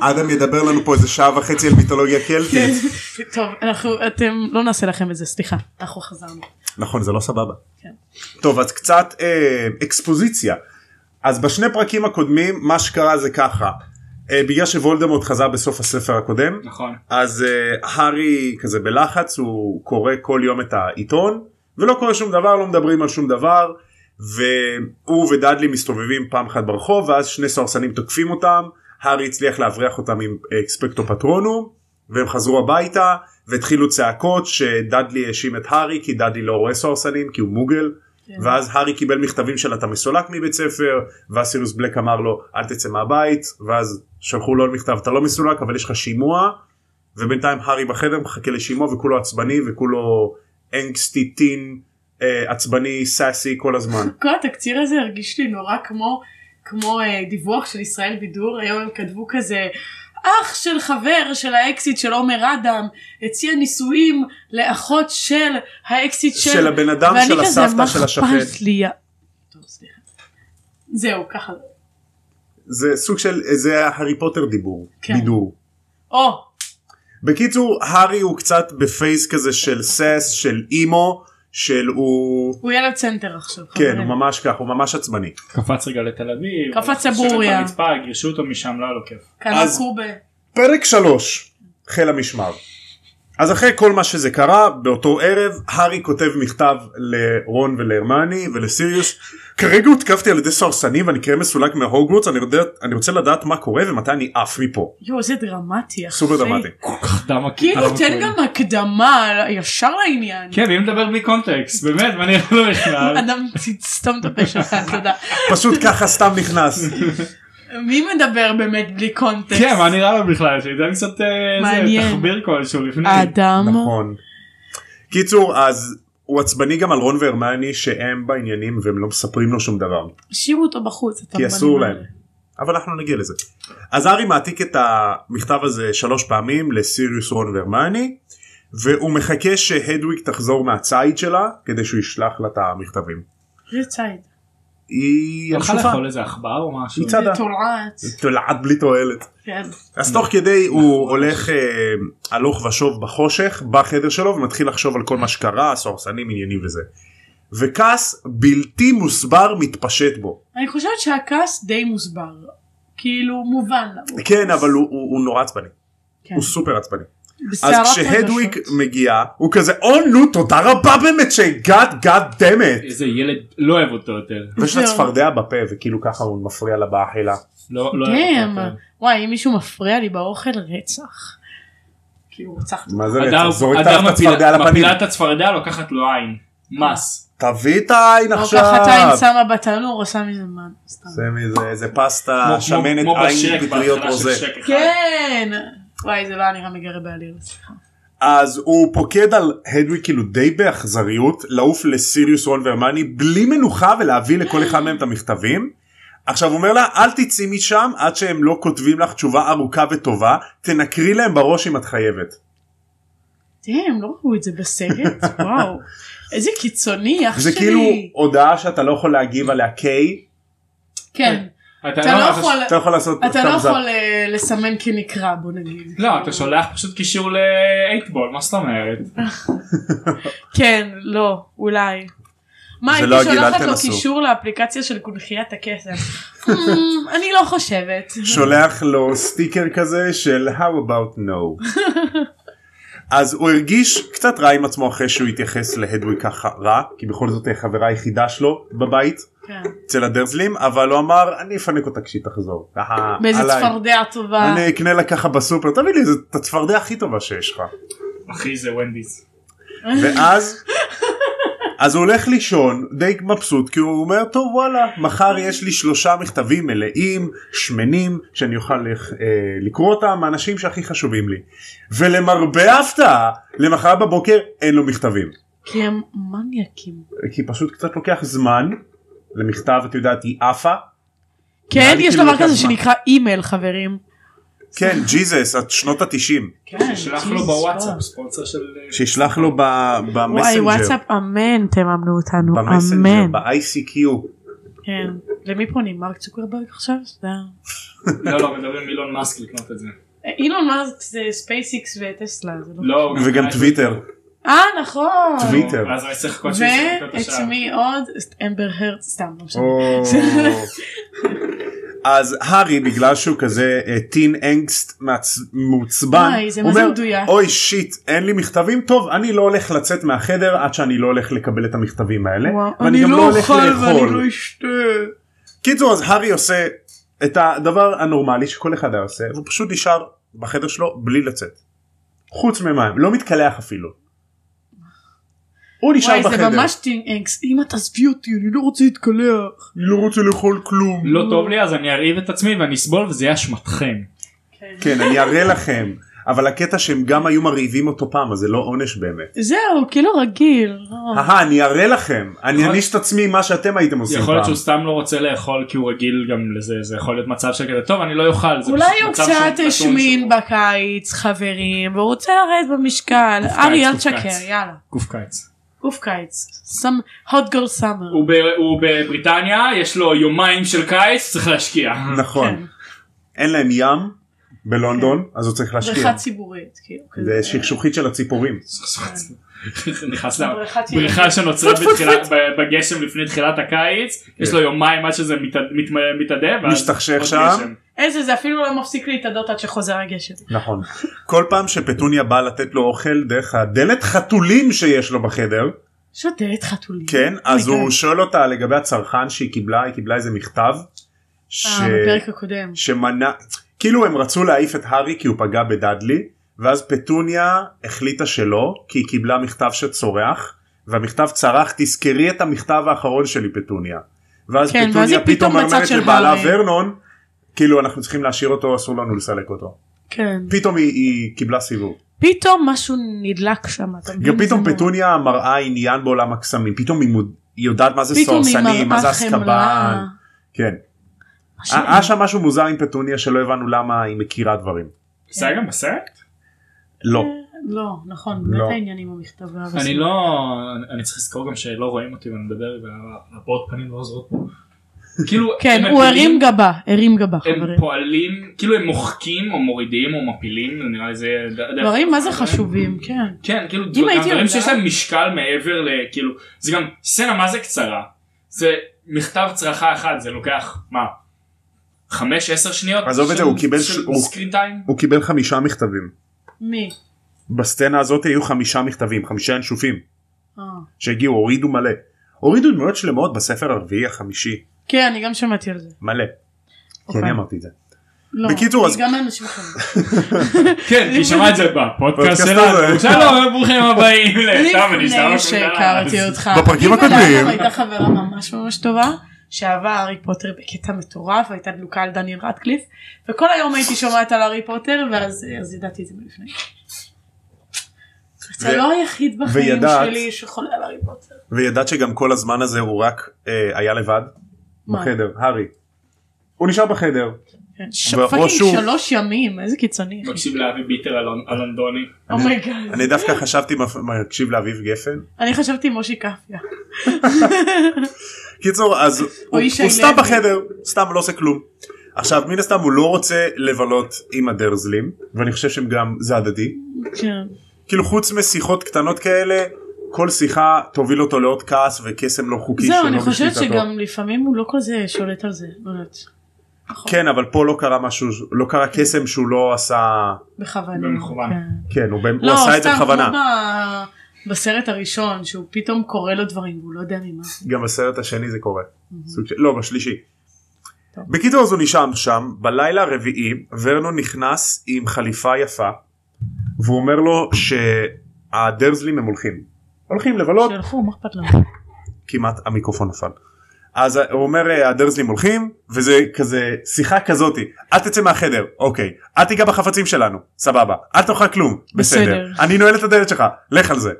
[SPEAKER 3] אדם ידבר לנו פה איזה שעה וחצי על מיתולוגיה קלטית
[SPEAKER 1] טוב אנחנו אתם לא נעשה לכם את זה סליחה אנחנו חזרנו.
[SPEAKER 3] נכון זה לא סבבה
[SPEAKER 1] כן.
[SPEAKER 3] טוב אז קצת אה, אקספוזיציה אז בשני פרקים הקודמים מה שקרה זה ככה אה, בגלל שוולדמורט חזר בסוף הספר הקודם
[SPEAKER 2] נכון.
[SPEAKER 3] אז אה, הארי כזה בלחץ הוא קורא כל יום את העיתון ולא קורה שום דבר לא מדברים על שום דבר והוא ודאדלי מסתובבים פעם אחת ברחוב ואז שני סוהרסנים תוקפים אותם הארי הצליח להבריח אותם עם אה, אקספקטו פטרונום והם חזרו הביתה והתחילו צעקות שדאדלי האשים את הארי כי דאדלי לא רואה סוהרסנים כי הוא מוגל ואז הארי קיבל מכתבים של אתה מסולק מבית ספר ואז סיריוס בלק אמר לו אל תצא מהבית ואז שלחו לו עוד מכתב אתה לא מסולק אבל יש לך שימוע ובינתיים הארי בחדר מחכה לשימוע וכולו עצבני וכולו אנגסטי טין אה, עצבני סאסי כל הזמן.
[SPEAKER 1] כל התקציר הזה הרגיש לי נורא כמו כמו אה, דיווח של ישראל בידור היום הם כתבו כזה אח של חבר של האקסיט של עומר אדם הציע נישואים לאחות של האקסיט של,
[SPEAKER 3] של הבן אדם
[SPEAKER 1] ואני
[SPEAKER 3] של
[SPEAKER 1] כזה,
[SPEAKER 3] הסבתא
[SPEAKER 1] "מה
[SPEAKER 3] של השכן.
[SPEAKER 1] אכפת לי?" טוב, סליחה. זהו ככה
[SPEAKER 3] זה סוג של זה הארי פוטר דיבור
[SPEAKER 1] כן.
[SPEAKER 3] בידור.
[SPEAKER 1] או
[SPEAKER 3] בקיצור הארי הוא קצת בפייס כזה של סס של אימו של הוא
[SPEAKER 1] הוא ילד סנטר עכשיו
[SPEAKER 3] כן
[SPEAKER 1] חברים.
[SPEAKER 3] הוא ממש כך הוא ממש עצבני.
[SPEAKER 2] קפץ רגע לתל אביב,
[SPEAKER 1] קפץ
[SPEAKER 2] הלך לשבת
[SPEAKER 1] סבוריה.
[SPEAKER 2] ברצפה, גירשו אותו משם, לא היה לו כיף.
[SPEAKER 1] קנה
[SPEAKER 3] אז-
[SPEAKER 1] קובה
[SPEAKER 3] פרק 3 חיל המשמר. אז אחרי כל מה שזה קרה באותו ערב הארי כותב מכתב לרון ולהרמני ולסיריוס כרגע הותקפתי על ידי סרסנים ואני כרגע מסולק מההוגוורטס אני, יודע- אני רוצה לדעת מה קורה ומתי אני עף מפה
[SPEAKER 1] יואו זה דרמטי אחי.
[SPEAKER 3] סופר דרמטי.
[SPEAKER 2] כל כך דם הכיתה.
[SPEAKER 1] כאילו תן גם הקדמה ישר לעניין.
[SPEAKER 2] כן, ואם נדבר בלי קונטקסט, באמת, מה נראה לו בכלל?
[SPEAKER 1] אדם תסתום את הפה שלך תודה.
[SPEAKER 3] פשוט ככה סתם נכנס
[SPEAKER 1] מי מדבר באמת בלי קונטקסט?
[SPEAKER 2] כן, מה נראה לו בכלל? שזה היה קצת אה, זה,
[SPEAKER 1] מעניין. אה,
[SPEAKER 2] תחביר כלשהו לפני.
[SPEAKER 1] אדם
[SPEAKER 3] נכון. קיצור אז הוא עצבני גם על רון והרמני שהם בעניינים והם לא מספרים לו שום דבר
[SPEAKER 1] השאירו אותו בחוץ.
[SPEAKER 3] כי אסור להם. אבל אנחנו נגיע לזה. אז הארי מעתיק את המכתב הזה שלוש פעמים לסיריוס רון והרמני והוא מחכה שהדוויג תחזור מהציד שלה כדי שהוא ישלח לה את המכתבים.
[SPEAKER 1] זה ציד.
[SPEAKER 3] היא על
[SPEAKER 2] הלכה
[SPEAKER 3] שולחן.
[SPEAKER 2] לאכול איזה עכבר או משהו?
[SPEAKER 3] מצדה.
[SPEAKER 1] זה תולעת.
[SPEAKER 3] תולעת בלי תועלת.
[SPEAKER 1] כן.
[SPEAKER 3] אז תוך כדי הוא הולך אה, הלוך ושוב בחושך בחדר שלו ומתחיל לחשוב על כל מה שקרה סוהרסנים עניינים וזה. וכעס בלתי מוסבר מתפשט בו.
[SPEAKER 1] אני חושבת שהכעס די מוסבר. כאילו מובן למה.
[SPEAKER 3] כן אבל הוא, הוא, הוא נורא עצבני.
[SPEAKER 1] כן.
[SPEAKER 3] הוא סופר עצבני. אז
[SPEAKER 1] בסערת
[SPEAKER 3] כשהדוויג
[SPEAKER 1] רגשות.
[SPEAKER 3] מגיע הוא כזה או נו תודה רבה באמת שהגעת גאד דמת
[SPEAKER 2] איזה ילד, לא אוהב אותו יותר.
[SPEAKER 3] ויש לה
[SPEAKER 1] זהו.
[SPEAKER 3] צפרדע בפה וכאילו ככה הוא מפריע לה באכילה.
[SPEAKER 2] לא לא אוהב
[SPEAKER 1] דאם.
[SPEAKER 2] אותו יותר.
[SPEAKER 1] כן, וואי אם מישהו מפריע לי באוכל רצח. כאילו רצחת.
[SPEAKER 3] מה זה
[SPEAKER 2] אדר-
[SPEAKER 3] רצח? זורק
[SPEAKER 2] אדר
[SPEAKER 3] תחת
[SPEAKER 2] מפיל-
[SPEAKER 3] הצפרדע על הפנים.
[SPEAKER 2] מפילה את הצפרדע, לוקחת לו עין. מס.
[SPEAKER 3] תביא את העין
[SPEAKER 1] או
[SPEAKER 3] עכשיו.
[SPEAKER 1] ככה עין שמה בתנור עושה מזה מה. סתם.
[SPEAKER 3] זה מזה איזה פסטה
[SPEAKER 2] כמו-
[SPEAKER 3] אה, שמנת
[SPEAKER 2] כמו
[SPEAKER 3] עין
[SPEAKER 2] בשק,
[SPEAKER 3] פטריות
[SPEAKER 2] בהתחלה של
[SPEAKER 3] רוזה.
[SPEAKER 2] שק אחד.
[SPEAKER 1] כן. וואי זה לא היה נראה מגרה בעליל. סליחה.
[SPEAKER 3] אז הוא פוקד על הדווי כאילו די באכזריות לעוף לסיריוס רון והרמני בלי מנוחה ולהביא לכל אחד מהם את המכתבים. עכשיו הוא אומר לה אל תצאי משם עד שהם לא כותבים לך תשובה ארוכה וטובה תנקרי להם בראש אם את חייבת.
[SPEAKER 1] דאם, לא ראו את זה בסרט? וואו. איזה קיצוני, אח
[SPEAKER 3] זה
[SPEAKER 1] שלי.
[SPEAKER 3] כאילו הודעה שאתה לא יכול להגיב עליה קיי
[SPEAKER 1] כן.
[SPEAKER 2] אתה
[SPEAKER 1] אתה לא יכול...
[SPEAKER 3] אתה אה, לא יכול לעשות
[SPEAKER 1] אתה לא
[SPEAKER 3] thumbs up.
[SPEAKER 1] יכול אה, לסמן כנקרא בוא נגיד.
[SPEAKER 2] לא, אתה שולח פשוט קישור לאייטבול, מה זאת אומרת?
[SPEAKER 1] כן, לא, אולי. מה,
[SPEAKER 3] זה
[SPEAKER 1] הייתי
[SPEAKER 3] לא הגיל, אל
[SPEAKER 1] שולחת לו
[SPEAKER 3] תנסו.
[SPEAKER 1] קישור לאפליקציה של קונכיית הכסף. Hmm, אני לא חושבת.
[SPEAKER 3] שולח לו סטיקר כזה של How about no. אז הוא הרגיש קצת רע עם עצמו אחרי שהוא התייחס להדווי ככה רע כי בכל זאת היא החברה היחידה שלו בבית
[SPEAKER 1] כן.
[SPEAKER 3] אצל הדרזלים אבל הוא אמר אני אפנק אותה כשהיא תחזור. ככה,
[SPEAKER 1] באיזה
[SPEAKER 3] עליי.
[SPEAKER 1] צפרדע טובה.
[SPEAKER 3] אני אקנה לה ככה בסופר תביא לי איזה- את הצפרדע הכי טובה שיש לך.
[SPEAKER 2] אחי זה ונדיס.
[SPEAKER 3] ואז אז הוא הולך לישון די מבסוט כי הוא אומר טוב וואלה מחר יש לי שלושה מכתבים מלאים שמנים שאני אוכל לח- אה, לקרוא אותם מהאנשים שהכי חשובים לי ולמרבה ההפתעה למחר בבוקר אין לו מכתבים
[SPEAKER 1] כי הם מניאקים.
[SPEAKER 3] כי פשוט קצת לוקח זמן למכתב את יודעת היא עפה
[SPEAKER 1] כן,
[SPEAKER 3] לי
[SPEAKER 1] יש
[SPEAKER 3] כאילו
[SPEAKER 1] דבר
[SPEAKER 3] לוקח
[SPEAKER 1] כזה
[SPEAKER 3] זמן.
[SPEAKER 1] שנקרא אימייל חברים.
[SPEAKER 3] כן ג'יזס עד שנות התשעים
[SPEAKER 1] כן,
[SPEAKER 2] שישלח
[SPEAKER 1] Jesus
[SPEAKER 2] לו בוואטסאפ
[SPEAKER 1] God.
[SPEAKER 2] ספונסר של...
[SPEAKER 3] שישלח לו ב-
[SPEAKER 1] וואי
[SPEAKER 3] במסנג'ר
[SPEAKER 1] וואטסאפ אמן תממנו אותנו
[SPEAKER 3] במסנג'ר
[SPEAKER 1] אמן.
[SPEAKER 3] ב-ICQ
[SPEAKER 1] כן. למי פונים? מרק צוקרברג עכשיו? זה ה-
[SPEAKER 2] לא לא מדברים מילון מאסק לקנות את זה.
[SPEAKER 1] אה, אילון מאסק זה ספייסיקס וטסלה. זה לא-
[SPEAKER 2] לא. הוא גם
[SPEAKER 3] וגם
[SPEAKER 2] קנה את
[SPEAKER 3] טוויטר
[SPEAKER 1] אה נכון.
[SPEAKER 2] זה.
[SPEAKER 3] טוויטר.
[SPEAKER 2] אז אני צריך לחכות שישחק
[SPEAKER 1] ואת
[SPEAKER 2] את השעה.
[SPEAKER 1] מי עוד? אמבר הרט סתם. לא משנה.
[SPEAKER 3] או. אז הארי בגלל שהוא כזה אה, טין אנגסט מעצ- מעוצבן,
[SPEAKER 1] וואי, זה
[SPEAKER 3] הוא
[SPEAKER 1] מה זה
[SPEAKER 3] אומר,
[SPEAKER 1] מדויק.
[SPEAKER 3] אוי שיט אין לי מכתבים טוב אני לא הולך לצאת מהחדר עד שאני לא הולך לקבל את המכתבים האלה
[SPEAKER 1] וואו,
[SPEAKER 3] ואני גם לא הולך
[SPEAKER 1] אוכל ואני
[SPEAKER 3] לאכול.
[SPEAKER 1] לא אשתה.
[SPEAKER 3] קיצור אז הארי עושה את הדבר הנורמלי שכל אחד היה עושה והוא פשוט נשאר בחדר שלו בלי לצאת. חוץ ממים לא מתקלח אפילו. הוא נשאר
[SPEAKER 1] וואי זה
[SPEAKER 3] בחדר.
[SPEAKER 1] ממש טינגס, אמא תעזבי אותי אני לא רוצה להתקלח.
[SPEAKER 3] אני לא רוצה לאכול כלום.
[SPEAKER 2] לא טוב לי אז אני ארעיב את עצמי ואני אסבול וזה יהיה אשמתכם.
[SPEAKER 3] כן, אני אראה לכם. אבל הקטע שהם גם היו מרעיבים אותו פעם, אז זה לא עונש באמת.
[SPEAKER 1] זהו כאילו רגיל. לא.
[SPEAKER 3] אהה, אני אראה לכם. אני
[SPEAKER 2] יכול-
[SPEAKER 3] אעניש את עצמי מה שאתם הייתם עושים
[SPEAKER 2] יכול להיות
[SPEAKER 3] פעם.
[SPEAKER 2] שהוא סתם לא רוצה לאכול כי הוא רגיל גם לזה זה יכול להיות מצב של כזה טוב אני לא אוכל. זה
[SPEAKER 1] אולי
[SPEAKER 2] פשוט
[SPEAKER 1] הוא
[SPEAKER 2] מצב
[SPEAKER 1] קצת
[SPEAKER 2] שהוא-
[SPEAKER 1] השמין
[SPEAKER 2] שהוא-
[SPEAKER 1] בקיץ חברים והוא רוצה לרדת במשקל.
[SPEAKER 2] קוף
[SPEAKER 1] ארי
[SPEAKER 2] קיץ,
[SPEAKER 1] אל
[SPEAKER 2] קוף קיץ.
[SPEAKER 1] תשקר יאללה.
[SPEAKER 2] גוף קיץ.
[SPEAKER 1] גוף קיץ. Some hot girl summer.
[SPEAKER 2] הוא ב- הוא בבריטניה יש לו יומיים של קיץ צריך להשקיע.
[SPEAKER 1] כן.
[SPEAKER 3] נכון. אין להם ים בלונדון,
[SPEAKER 2] כן.
[SPEAKER 3] אז הוא צריך להשקיע.
[SPEAKER 1] בריכה ציבורית. כאילו, כזה.
[SPEAKER 3] זה שכשוכית של הציפורים.
[SPEAKER 2] נכנס לה-
[SPEAKER 1] בריכת ילדים.
[SPEAKER 2] בריכה שנוצרת
[SPEAKER 1] כן. פוט, פוט,
[SPEAKER 2] בתחילת- ב- בגשם לפני תחילת הקיץ יש לו יומיים עד שזה מת- מת- מתאדה. ואז
[SPEAKER 3] משתכשך
[SPEAKER 2] עוד
[SPEAKER 3] שם.
[SPEAKER 2] גשם.
[SPEAKER 1] איזה זה אפילו לא מפסיק להתאדות עד שחוזר הגשם.
[SPEAKER 3] נכון. כל פעם שפטוניה באה לתת לו אוכל דרך הדלת חתולים שיש לו בחדר,
[SPEAKER 1] יש לו דלת חתולים. אה,
[SPEAKER 3] כן, אז
[SPEAKER 1] אוי,
[SPEAKER 3] הוא שואל אותה לגבי הצרכן שהיא קיבלה, היא קיבלה איזה מכתב, ש...
[SPEAKER 1] אה, בפרק הקודם.
[SPEAKER 3] שמנע, כאילו הם רצו להעיף את הארי כי הוא פגע בדאדלי, ואז פטוניה החליטה שלא, כי היא קיבלה מכתב שצורח, והמכתב צרח, תזכרי את המכתב האחרון שלי פטוניה. ואז
[SPEAKER 1] כן, ואז
[SPEAKER 3] פטוניה
[SPEAKER 1] היא פתאום
[SPEAKER 3] פתאום
[SPEAKER 1] בצד
[SPEAKER 3] אומרת
[SPEAKER 1] של
[SPEAKER 3] לבעלה
[SPEAKER 1] הארי.
[SPEAKER 3] ורנון, כאילו אנחנו צריכים להשאיר אותו, אסור לנו לסלק אותו.
[SPEAKER 1] כן.
[SPEAKER 3] פתאום היא, היא קיבלה סיבוב.
[SPEAKER 1] פתאום משהו נדלק שם. אתה מבין?
[SPEAKER 3] גם פתאום
[SPEAKER 1] זה מאוד-
[SPEAKER 3] פטוניה מראה עניין בעולם הקסמים, פתאום היא מוד- היא יודעת מה זה
[SPEAKER 1] פתאום היא
[SPEAKER 3] סוהרסנים, מה זה
[SPEAKER 1] מראה חמלה.
[SPEAKER 3] אסקבן. כן.
[SPEAKER 1] אה,
[SPEAKER 3] אה,
[SPEAKER 1] משהו-
[SPEAKER 3] היה שם משהו מוזר עם פטוניה שלא הבנו למה היא מכירה דברים.
[SPEAKER 2] זה
[SPEAKER 1] כן.
[SPEAKER 2] היה גם בסרט?
[SPEAKER 3] לא.
[SPEAKER 1] לא, נכון, באמת
[SPEAKER 3] לא.
[SPEAKER 1] העניינים המכתב.
[SPEAKER 2] אני לא אני צריך לזכור גם שלא רואים אותי ואני מדבר והבעות פנים לא עוזרות פה. כאילו
[SPEAKER 1] כן,
[SPEAKER 2] הם
[SPEAKER 1] הוא
[SPEAKER 2] מפילים-
[SPEAKER 1] הרים גבה, הרים גבה
[SPEAKER 2] הם
[SPEAKER 1] חברים.
[SPEAKER 2] פועלים כאילו הם מוחקים או מורידים או מפילים נראה לי זה
[SPEAKER 1] דברים לא, מה זה חשובים, כן.
[SPEAKER 2] כן כאילו
[SPEAKER 1] אם הייתי
[SPEAKER 2] דברים
[SPEAKER 1] יודעת-
[SPEAKER 2] שיש להם משקל מעבר לכאילו זה גם סצנה מה זה קצרה זה מכתב צרחה אחד זה לוקח מה חמש עשר שניות
[SPEAKER 3] עזוב את
[SPEAKER 2] של-
[SPEAKER 3] זה, הוא קיבל ש-
[SPEAKER 2] של
[SPEAKER 3] הוא-
[SPEAKER 2] סקרין טיים
[SPEAKER 3] הוא קיבל חמישה מכתבים.
[SPEAKER 1] מי?
[SPEAKER 3] בסצנה הזאת היו חמישה מכתבים, חמישה ינשופים
[SPEAKER 1] אה.
[SPEAKER 3] שהגיעו, הורידו מלא. הורידו דמויות שלמות בספר הרביעי החמישי,
[SPEAKER 1] כן, אני גם שמעתי על זה.
[SPEAKER 3] מלא. כי
[SPEAKER 1] אוקיי.
[SPEAKER 3] אני אמרתי את זה.
[SPEAKER 1] לא,
[SPEAKER 3] בקיצור, אז-
[SPEAKER 1] כי גם אנשים אחרים.
[SPEAKER 2] כן כי שמע את זה בפודקאסט
[SPEAKER 3] פודקאסט
[SPEAKER 2] שלנו
[SPEAKER 3] הזה.
[SPEAKER 2] שלום ברוכים הבאים לתם
[SPEAKER 1] לפני שהכרתי אותך.
[SPEAKER 3] בפרקים
[SPEAKER 1] לי ולאדם
[SPEAKER 3] הקודמים.
[SPEAKER 1] הייתה חברה ממש ממש טובה, שאהבה הארי פוטר בקטע מטורף, והייתה דלוקה על דניאל רטקליף, וכל היום הייתי שומעת על הארי פוטר, ואז אז ידעתי את זה מלפני. אתה
[SPEAKER 3] ו-
[SPEAKER 1] לא היחיד בחיים
[SPEAKER 3] וידעת-
[SPEAKER 1] שלי שחולה על הארי פוטר.
[SPEAKER 3] וידעת שגם כל הזמן הזה הוא רק אה, היה לבד
[SPEAKER 1] מה?
[SPEAKER 3] בחדר, הארי. הוא נשאר בחדר.
[SPEAKER 1] כן, ש-
[SPEAKER 3] והראש
[SPEAKER 1] פאקינג
[SPEAKER 3] הוא-
[SPEAKER 1] שלוש ימים, איזה קיצוני. Oh
[SPEAKER 2] מקשיב לאבי ביטר אלון- אלונדוני
[SPEAKER 1] אומייגאד.
[SPEAKER 3] אני דווקא חשבתי, מקשיב לאביב גפן.
[SPEAKER 1] אני חשבתי מושי קפיה.
[SPEAKER 3] קיצור אז הוא,
[SPEAKER 1] ישי
[SPEAKER 3] הוא סתם
[SPEAKER 1] לוי.
[SPEAKER 3] בחדר סתם לא עושה כלום. עכשיו מן הסתם הוא לא רוצה לבלות עם הדרזלים ואני חושב שהם גם זה הדדי
[SPEAKER 1] כן.
[SPEAKER 3] כאילו חוץ משיחות קטנות כאלה כל שיחה תוביל אותו לעוד כעס וקסם לא חוקי
[SPEAKER 1] זהו,
[SPEAKER 3] שלא
[SPEAKER 1] אני חושבת
[SPEAKER 3] בשליטתו.
[SPEAKER 1] שגם לפעמים הוא לא כזה שולט על זה, באמת. נכון.
[SPEAKER 3] כן אבל פה לא קרה משהו לא קרה קסם שהוא לא עשה
[SPEAKER 1] בכוונה.
[SPEAKER 2] במכוון.
[SPEAKER 1] כן.
[SPEAKER 3] כן הוא, באמת-
[SPEAKER 1] לא,
[SPEAKER 3] הוא עשה את זה
[SPEAKER 1] סתם,
[SPEAKER 3] בכוונה
[SPEAKER 1] כמו ב- בסרט הראשון, שהוא פתאום קורא לו דברים והוא לא יודע ממה. זה.
[SPEAKER 3] גם בסרט השני זה קורה סוג של... לא בשלישי.
[SPEAKER 1] טוב.
[SPEAKER 3] בקיצור אז הוא נשאר שם בלילה הרביעי ורנון נכנס עם חליפה יפה והוא אומר לו שהדרזלים הם הולכים הולכים לבלות
[SPEAKER 1] שילכו, מה אכפת לנו?
[SPEAKER 3] כמעט המיקרופון נפל. אז הוא אומר "אה, הדרזלים הולכים וזה כזה שיחה כזאתי אל תצא מהחדר אוקיי אל תיגע בחפצים שלנו סבבה אל תאכל כלום בסדר
[SPEAKER 1] בסדר.
[SPEAKER 3] אני נועל את הדלת שלך לך על זה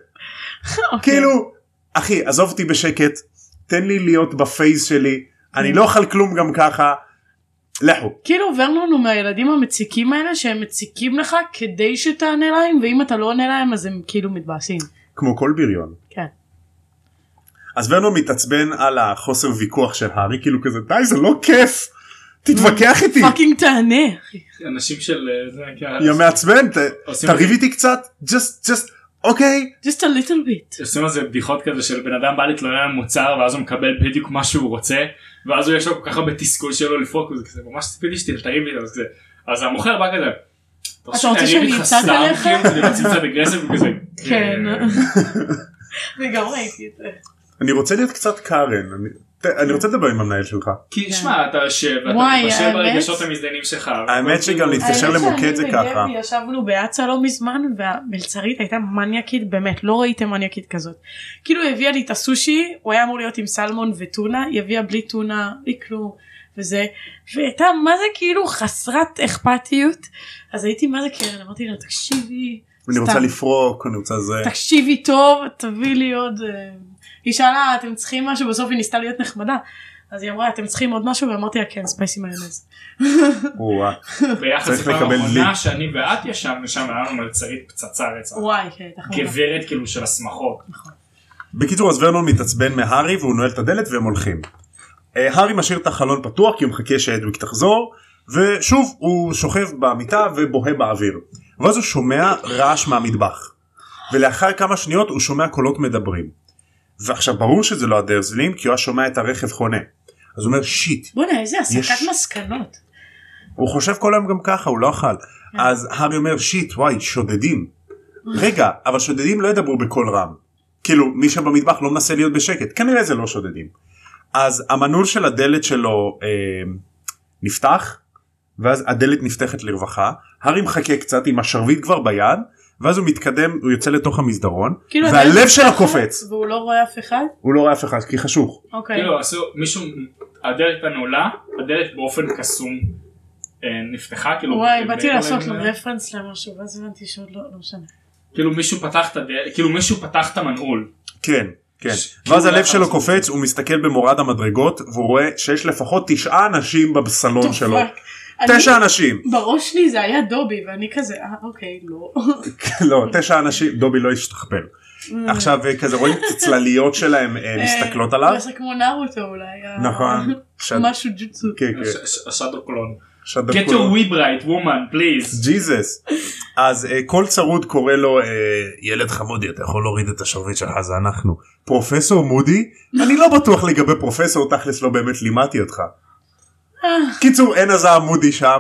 [SPEAKER 1] אוקיי.
[SPEAKER 3] כאילו אחי עזוב אותי בשקט תן לי להיות בפייס שלי אני לא אוכל כלום גם ככה. לכו
[SPEAKER 1] כאילו ורנון הוא מהילדים המציקים האלה שהם מציקים לך כדי שתענה להם ואם אתה לא עונה להם אז הם כאילו מתבאסים.
[SPEAKER 3] כמו כל בריון.
[SPEAKER 1] כן.
[SPEAKER 3] אז ורנון מתעצבן על החוסר ויכוח של הארי כאילו כזה די זה לא כיף תתווכח איתי
[SPEAKER 1] פאקינג תענה. אחי.
[SPEAKER 2] אנשים של אה, זה כן.
[SPEAKER 3] יא מעצבן ת-
[SPEAKER 2] עושים את
[SPEAKER 3] תריב איתי קצת just just אוקיי
[SPEAKER 1] Just a little bit.
[SPEAKER 2] עושים על זה בדיחות כזה של בן אדם בא להתלונן על מוצר ואז הוא מקבל בדיוק מה שהוא רוצה ואז הוא יש לו כל כך הרבה תסכול שלו לפרוק וזה כזה ממש ציפיתי שתריב איתו אז כזה אז המוכר בא כזה. אתה
[SPEAKER 1] אתה רוצה
[SPEAKER 2] שאני אריב
[SPEAKER 1] שאני
[SPEAKER 2] איתך
[SPEAKER 1] אצעק
[SPEAKER 2] סתם?"
[SPEAKER 1] עליך?
[SPEAKER 2] כאילו, כדי להוציא קצת אגרסיב וכזה.
[SPEAKER 1] כן.
[SPEAKER 2] אה,
[SPEAKER 1] אני גם ראיתי את זה.
[SPEAKER 3] אני רוצה להיות קצת קארן אני- ת- אני רוצה לדבר עם המנהל שלך.
[SPEAKER 2] כי שמע אתה יושב ואתה
[SPEAKER 1] כן. וואי,
[SPEAKER 2] מתפשט
[SPEAKER 1] האמת-
[SPEAKER 2] ברגשות המזדיינים שלך. כאילו, אה,
[SPEAKER 3] האמת שגם להתקשר
[SPEAKER 1] האמת
[SPEAKER 3] למוקד
[SPEAKER 1] שאני
[SPEAKER 3] זה ככה.
[SPEAKER 1] וגבי ישבנו באצה לא מזמן והמלצרית הייתה מניאקית באמת לא ראיתם מניאקית כזאת. כאילו היא הביאה לי את הסושי הוא היה אמור להיות עם סלמון וטונה היא הביאה בלי טונה בלי כלום וזה והיא הייתה מה זה כאילו חסרת אכפתיות אז הייתי מה זה קרן אמרתי לה תקשיבי
[SPEAKER 3] אני רוצה
[SPEAKER 1] סתם.
[SPEAKER 3] לפרוק, אני רוצה זה.
[SPEAKER 1] תקשיבי טוב תביא לי עוד אה." היא שאלה אתם צריכים משהו בסוף היא ניסתה להיות נחמדה אז היא אמרה אתם צריכים עוד משהו ואמרתי לה כן ספייסי מיונז.
[SPEAKER 3] או-אה.
[SPEAKER 2] ביחס
[SPEAKER 3] צריך
[SPEAKER 2] לפעם
[SPEAKER 3] לקבל
[SPEAKER 2] האחרונה
[SPEAKER 3] דלי.
[SPEAKER 2] שאני ואת ישבנו שם היה לנו מלצרית פצצה רצח.
[SPEAKER 1] וואי כן. הייתה חמודה.
[SPEAKER 2] גברת כאילו של הסמכות.
[SPEAKER 3] בקיצור אז ורנון מתעצבן מהארי והוא נועל את הדלת והם הולכים. אה, הארי משאיר את החלון פתוח כי הוא מחכה שהדוויק תחזור ושוב הוא שוכב במיטה ובוהה באוויר. ואז הוא שומע רעש מהמטבח. ולאחר כמה שניות הוא שומע קולות מדברים. ועכשיו ברור שזה לא הדרזלים כי הוא היה שומע את הרכב חונה. אז הוא אומר שיט
[SPEAKER 1] בואנה איזה הסקת
[SPEAKER 3] יש-
[SPEAKER 1] מסקנות.
[SPEAKER 3] הוא חושב כל היום גם ככה הוא לא אכל
[SPEAKER 1] אה.
[SPEAKER 3] אז הארי אומר שיט וואי שודדים רגע אבל שודדים לא ידברו בקול רם כאילו מי שבמטבח לא מנסה להיות בשקט כנראה זה לא שודדים אז המנעול של הדלת שלו אה, נפתח ואז הדלת נפתחת לרווחה הארי מחכה קצת עם השרביט כבר ביד ואז הוא מתקדם הוא יוצא לתוך המסדרון
[SPEAKER 1] כאילו,
[SPEAKER 3] והלב
[SPEAKER 1] הדלת
[SPEAKER 3] שלו
[SPEAKER 1] נפתחת
[SPEAKER 3] קופץ
[SPEAKER 1] והוא לא רואה אף אחד?
[SPEAKER 3] הוא לא רואה אף אחד כי חשוך
[SPEAKER 1] אוקיי.
[SPEAKER 2] כאילו עשו מישהו הדלת הנעולה הדלת באופן קסום אה, נפתחה כאילו.
[SPEAKER 1] וואי
[SPEAKER 2] מעבר
[SPEAKER 1] באתי לעשות לו
[SPEAKER 2] ל-
[SPEAKER 1] רפרנס למשהו ואז הבנתי שעוד לא לא משנה.
[SPEAKER 2] כאילו מישהו פתח את הדלת כאילו מישהו פתח את המנעול.
[SPEAKER 3] כן כן
[SPEAKER 2] ש-
[SPEAKER 3] ואז
[SPEAKER 2] כאילו
[SPEAKER 3] הלב
[SPEAKER 2] לחץ.
[SPEAKER 3] שלו קופץ הוא מסתכל במורד המדרגות והוא רואה שיש לפחות תשעה אנשים בסלון שלו
[SPEAKER 1] פאק. אני-
[SPEAKER 3] לא, תשע אנשים
[SPEAKER 1] בראש שלי זה היה דובי ואני כזה אה אוקיי לא.
[SPEAKER 3] לא תשע אנשים דובי לא השתכפל עכשיו אה, כזה רואים את הצלליות שלהם אה, מסתכלות עליו
[SPEAKER 1] אה, זה כמו נרוטו אולי. ה-
[SPEAKER 3] נכון ש-
[SPEAKER 1] משהו ג'וצו.
[SPEAKER 3] כן כן
[SPEAKER 2] אה, השאדו קולון.
[SPEAKER 3] שדו
[SPEAKER 2] Get your weeb right woman please.
[SPEAKER 3] ג'יזוס אז אה, כל צרוד קורא לו אה, ילד חמודי אתה יכול להוריד את השרביט שלך זה אנחנו פרופסור מודי אני לא בטוח לגבי פרופסור תכלס לא באמת לימדתי אותך. קיצור אין הזעם מודי שם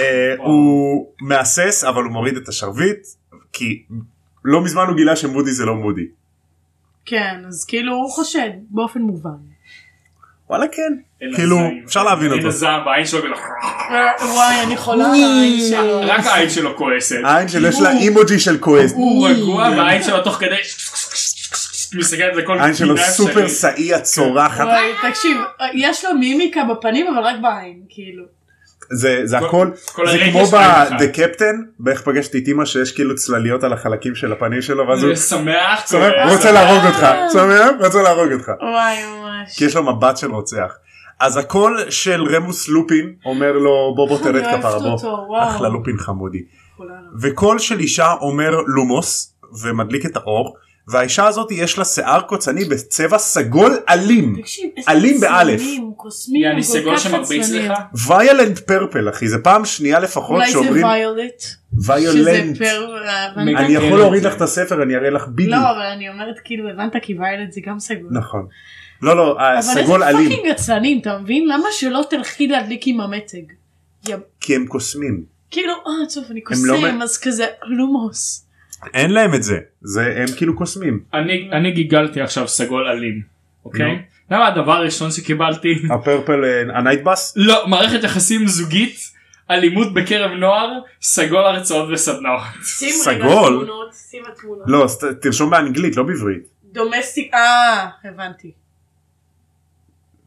[SPEAKER 3] אה,
[SPEAKER 2] וואו.
[SPEAKER 3] הוא מהסס אבל הוא מוריד את השרביט כי לא מזמן הוא גילה שמודי זה לא מודי.
[SPEAKER 1] כן אז כאילו הוא חושד באופן מובן.
[SPEAKER 3] וואלה כן
[SPEAKER 2] אין
[SPEAKER 3] כאילו
[SPEAKER 2] הזעם.
[SPEAKER 3] אפשר להבין
[SPEAKER 2] אין
[SPEAKER 3] אותו.
[SPEAKER 2] הזעם בעין שלו כאילו,
[SPEAKER 1] אה, וואי אני חולה על העין שלו.
[SPEAKER 2] רק העין שלו כועסת.
[SPEAKER 3] העין שלו יש לה אימוג'י של כועס.
[SPEAKER 2] הוא רגוע והעין שלו תוך כדי מסתכלת לכל
[SPEAKER 3] העין שלו
[SPEAKER 2] פינה
[SPEAKER 3] סופר
[SPEAKER 2] אפשרית.
[SPEAKER 3] סאי הצורחת
[SPEAKER 1] וואי תקשיב אה, יש לו מימיקה בפנים אבל רק בעין כאילו.
[SPEAKER 3] זה זה
[SPEAKER 2] כל-
[SPEAKER 3] הכל
[SPEAKER 2] כל
[SPEAKER 3] זה
[SPEAKER 2] הרגש
[SPEAKER 3] כמו
[SPEAKER 2] בעין אחת.
[SPEAKER 3] ב-The Captain באיך פגשתי את אמא שיש כאילו צלליות על החלקים של הפנים שלו ואז הוא
[SPEAKER 2] זה שמח.
[SPEAKER 3] צומח,
[SPEAKER 2] כועס.
[SPEAKER 3] "הוא רוצה להרוג אותך צומח, רוצה להרוג אותך
[SPEAKER 1] וואי ממש.
[SPEAKER 3] כי יש לו מבט של רוצח. אז הקול של רמוס לופין אומר לו בוא בוא
[SPEAKER 1] איך אני
[SPEAKER 3] תרד
[SPEAKER 1] אוהבת
[SPEAKER 3] כפרה
[SPEAKER 1] אותו,
[SPEAKER 3] בוא
[SPEAKER 1] וואו.
[SPEAKER 3] אחלה לופין חמודי
[SPEAKER 1] חולה עליו.
[SPEAKER 3] וקול של אישה אומר לומוס ומדליק את האור והאישה הזאת יש לה שיער קוצני בצבע סגול אלים
[SPEAKER 1] תקשיב, איזה
[SPEAKER 3] אלים באלף.
[SPEAKER 1] קוסמים, קוסמים,
[SPEAKER 2] יעני
[SPEAKER 1] הם כל
[SPEAKER 2] סגול
[SPEAKER 1] כך
[SPEAKER 2] שמרביץ
[SPEAKER 1] עצלנים.
[SPEAKER 2] לך.
[SPEAKER 3] ויילנט פרפל אחי זה פעם שנייה לפחות
[SPEAKER 1] אולי זה
[SPEAKER 3] שאומרים
[SPEAKER 1] ויולט.
[SPEAKER 3] ויולנט
[SPEAKER 1] שזה פר... הבנת?
[SPEAKER 2] מגן.
[SPEAKER 3] אני יכול
[SPEAKER 2] כן,
[SPEAKER 3] להוריד
[SPEAKER 2] זה.
[SPEAKER 3] לך את הספר אני אראה לך בדיוק
[SPEAKER 1] לא, אבל אני אומרת כאילו הבנת כי ויולט זה גם סגול.
[SPEAKER 3] נכון לא לא
[SPEAKER 1] אבל איזה
[SPEAKER 3] הסגול אלים
[SPEAKER 1] פאקינג עצלנים, אתה מבין? למה שלא תלכי להדליק עם המתג? יא-
[SPEAKER 3] כי הם קוסמים
[SPEAKER 1] כאילו, אה, טוב, אני
[SPEAKER 3] לא
[SPEAKER 1] קוסם,
[SPEAKER 3] מ-
[SPEAKER 1] אז כזה לומוס.
[SPEAKER 3] אין להם את זה זה הם כאילו קוסמים
[SPEAKER 2] אני אני גיגלתי עכשיו סגול אלים. אוקיי? למה הדבר הראשון שקיבלתי?
[SPEAKER 3] הפרפל אה, הנייט בס
[SPEAKER 2] לא, מערכת יחסים זוגית, אלימות בקרב נוער, סגול הרצאות וסדנאות.
[SPEAKER 1] שים
[SPEAKER 3] רגע סגול?
[SPEAKER 1] תמונות, שים התמונות.
[SPEAKER 3] לא, אז ת- תרשום באנגלית, לא בעברית.
[SPEAKER 1] דומסטיק, אה, הבנתי.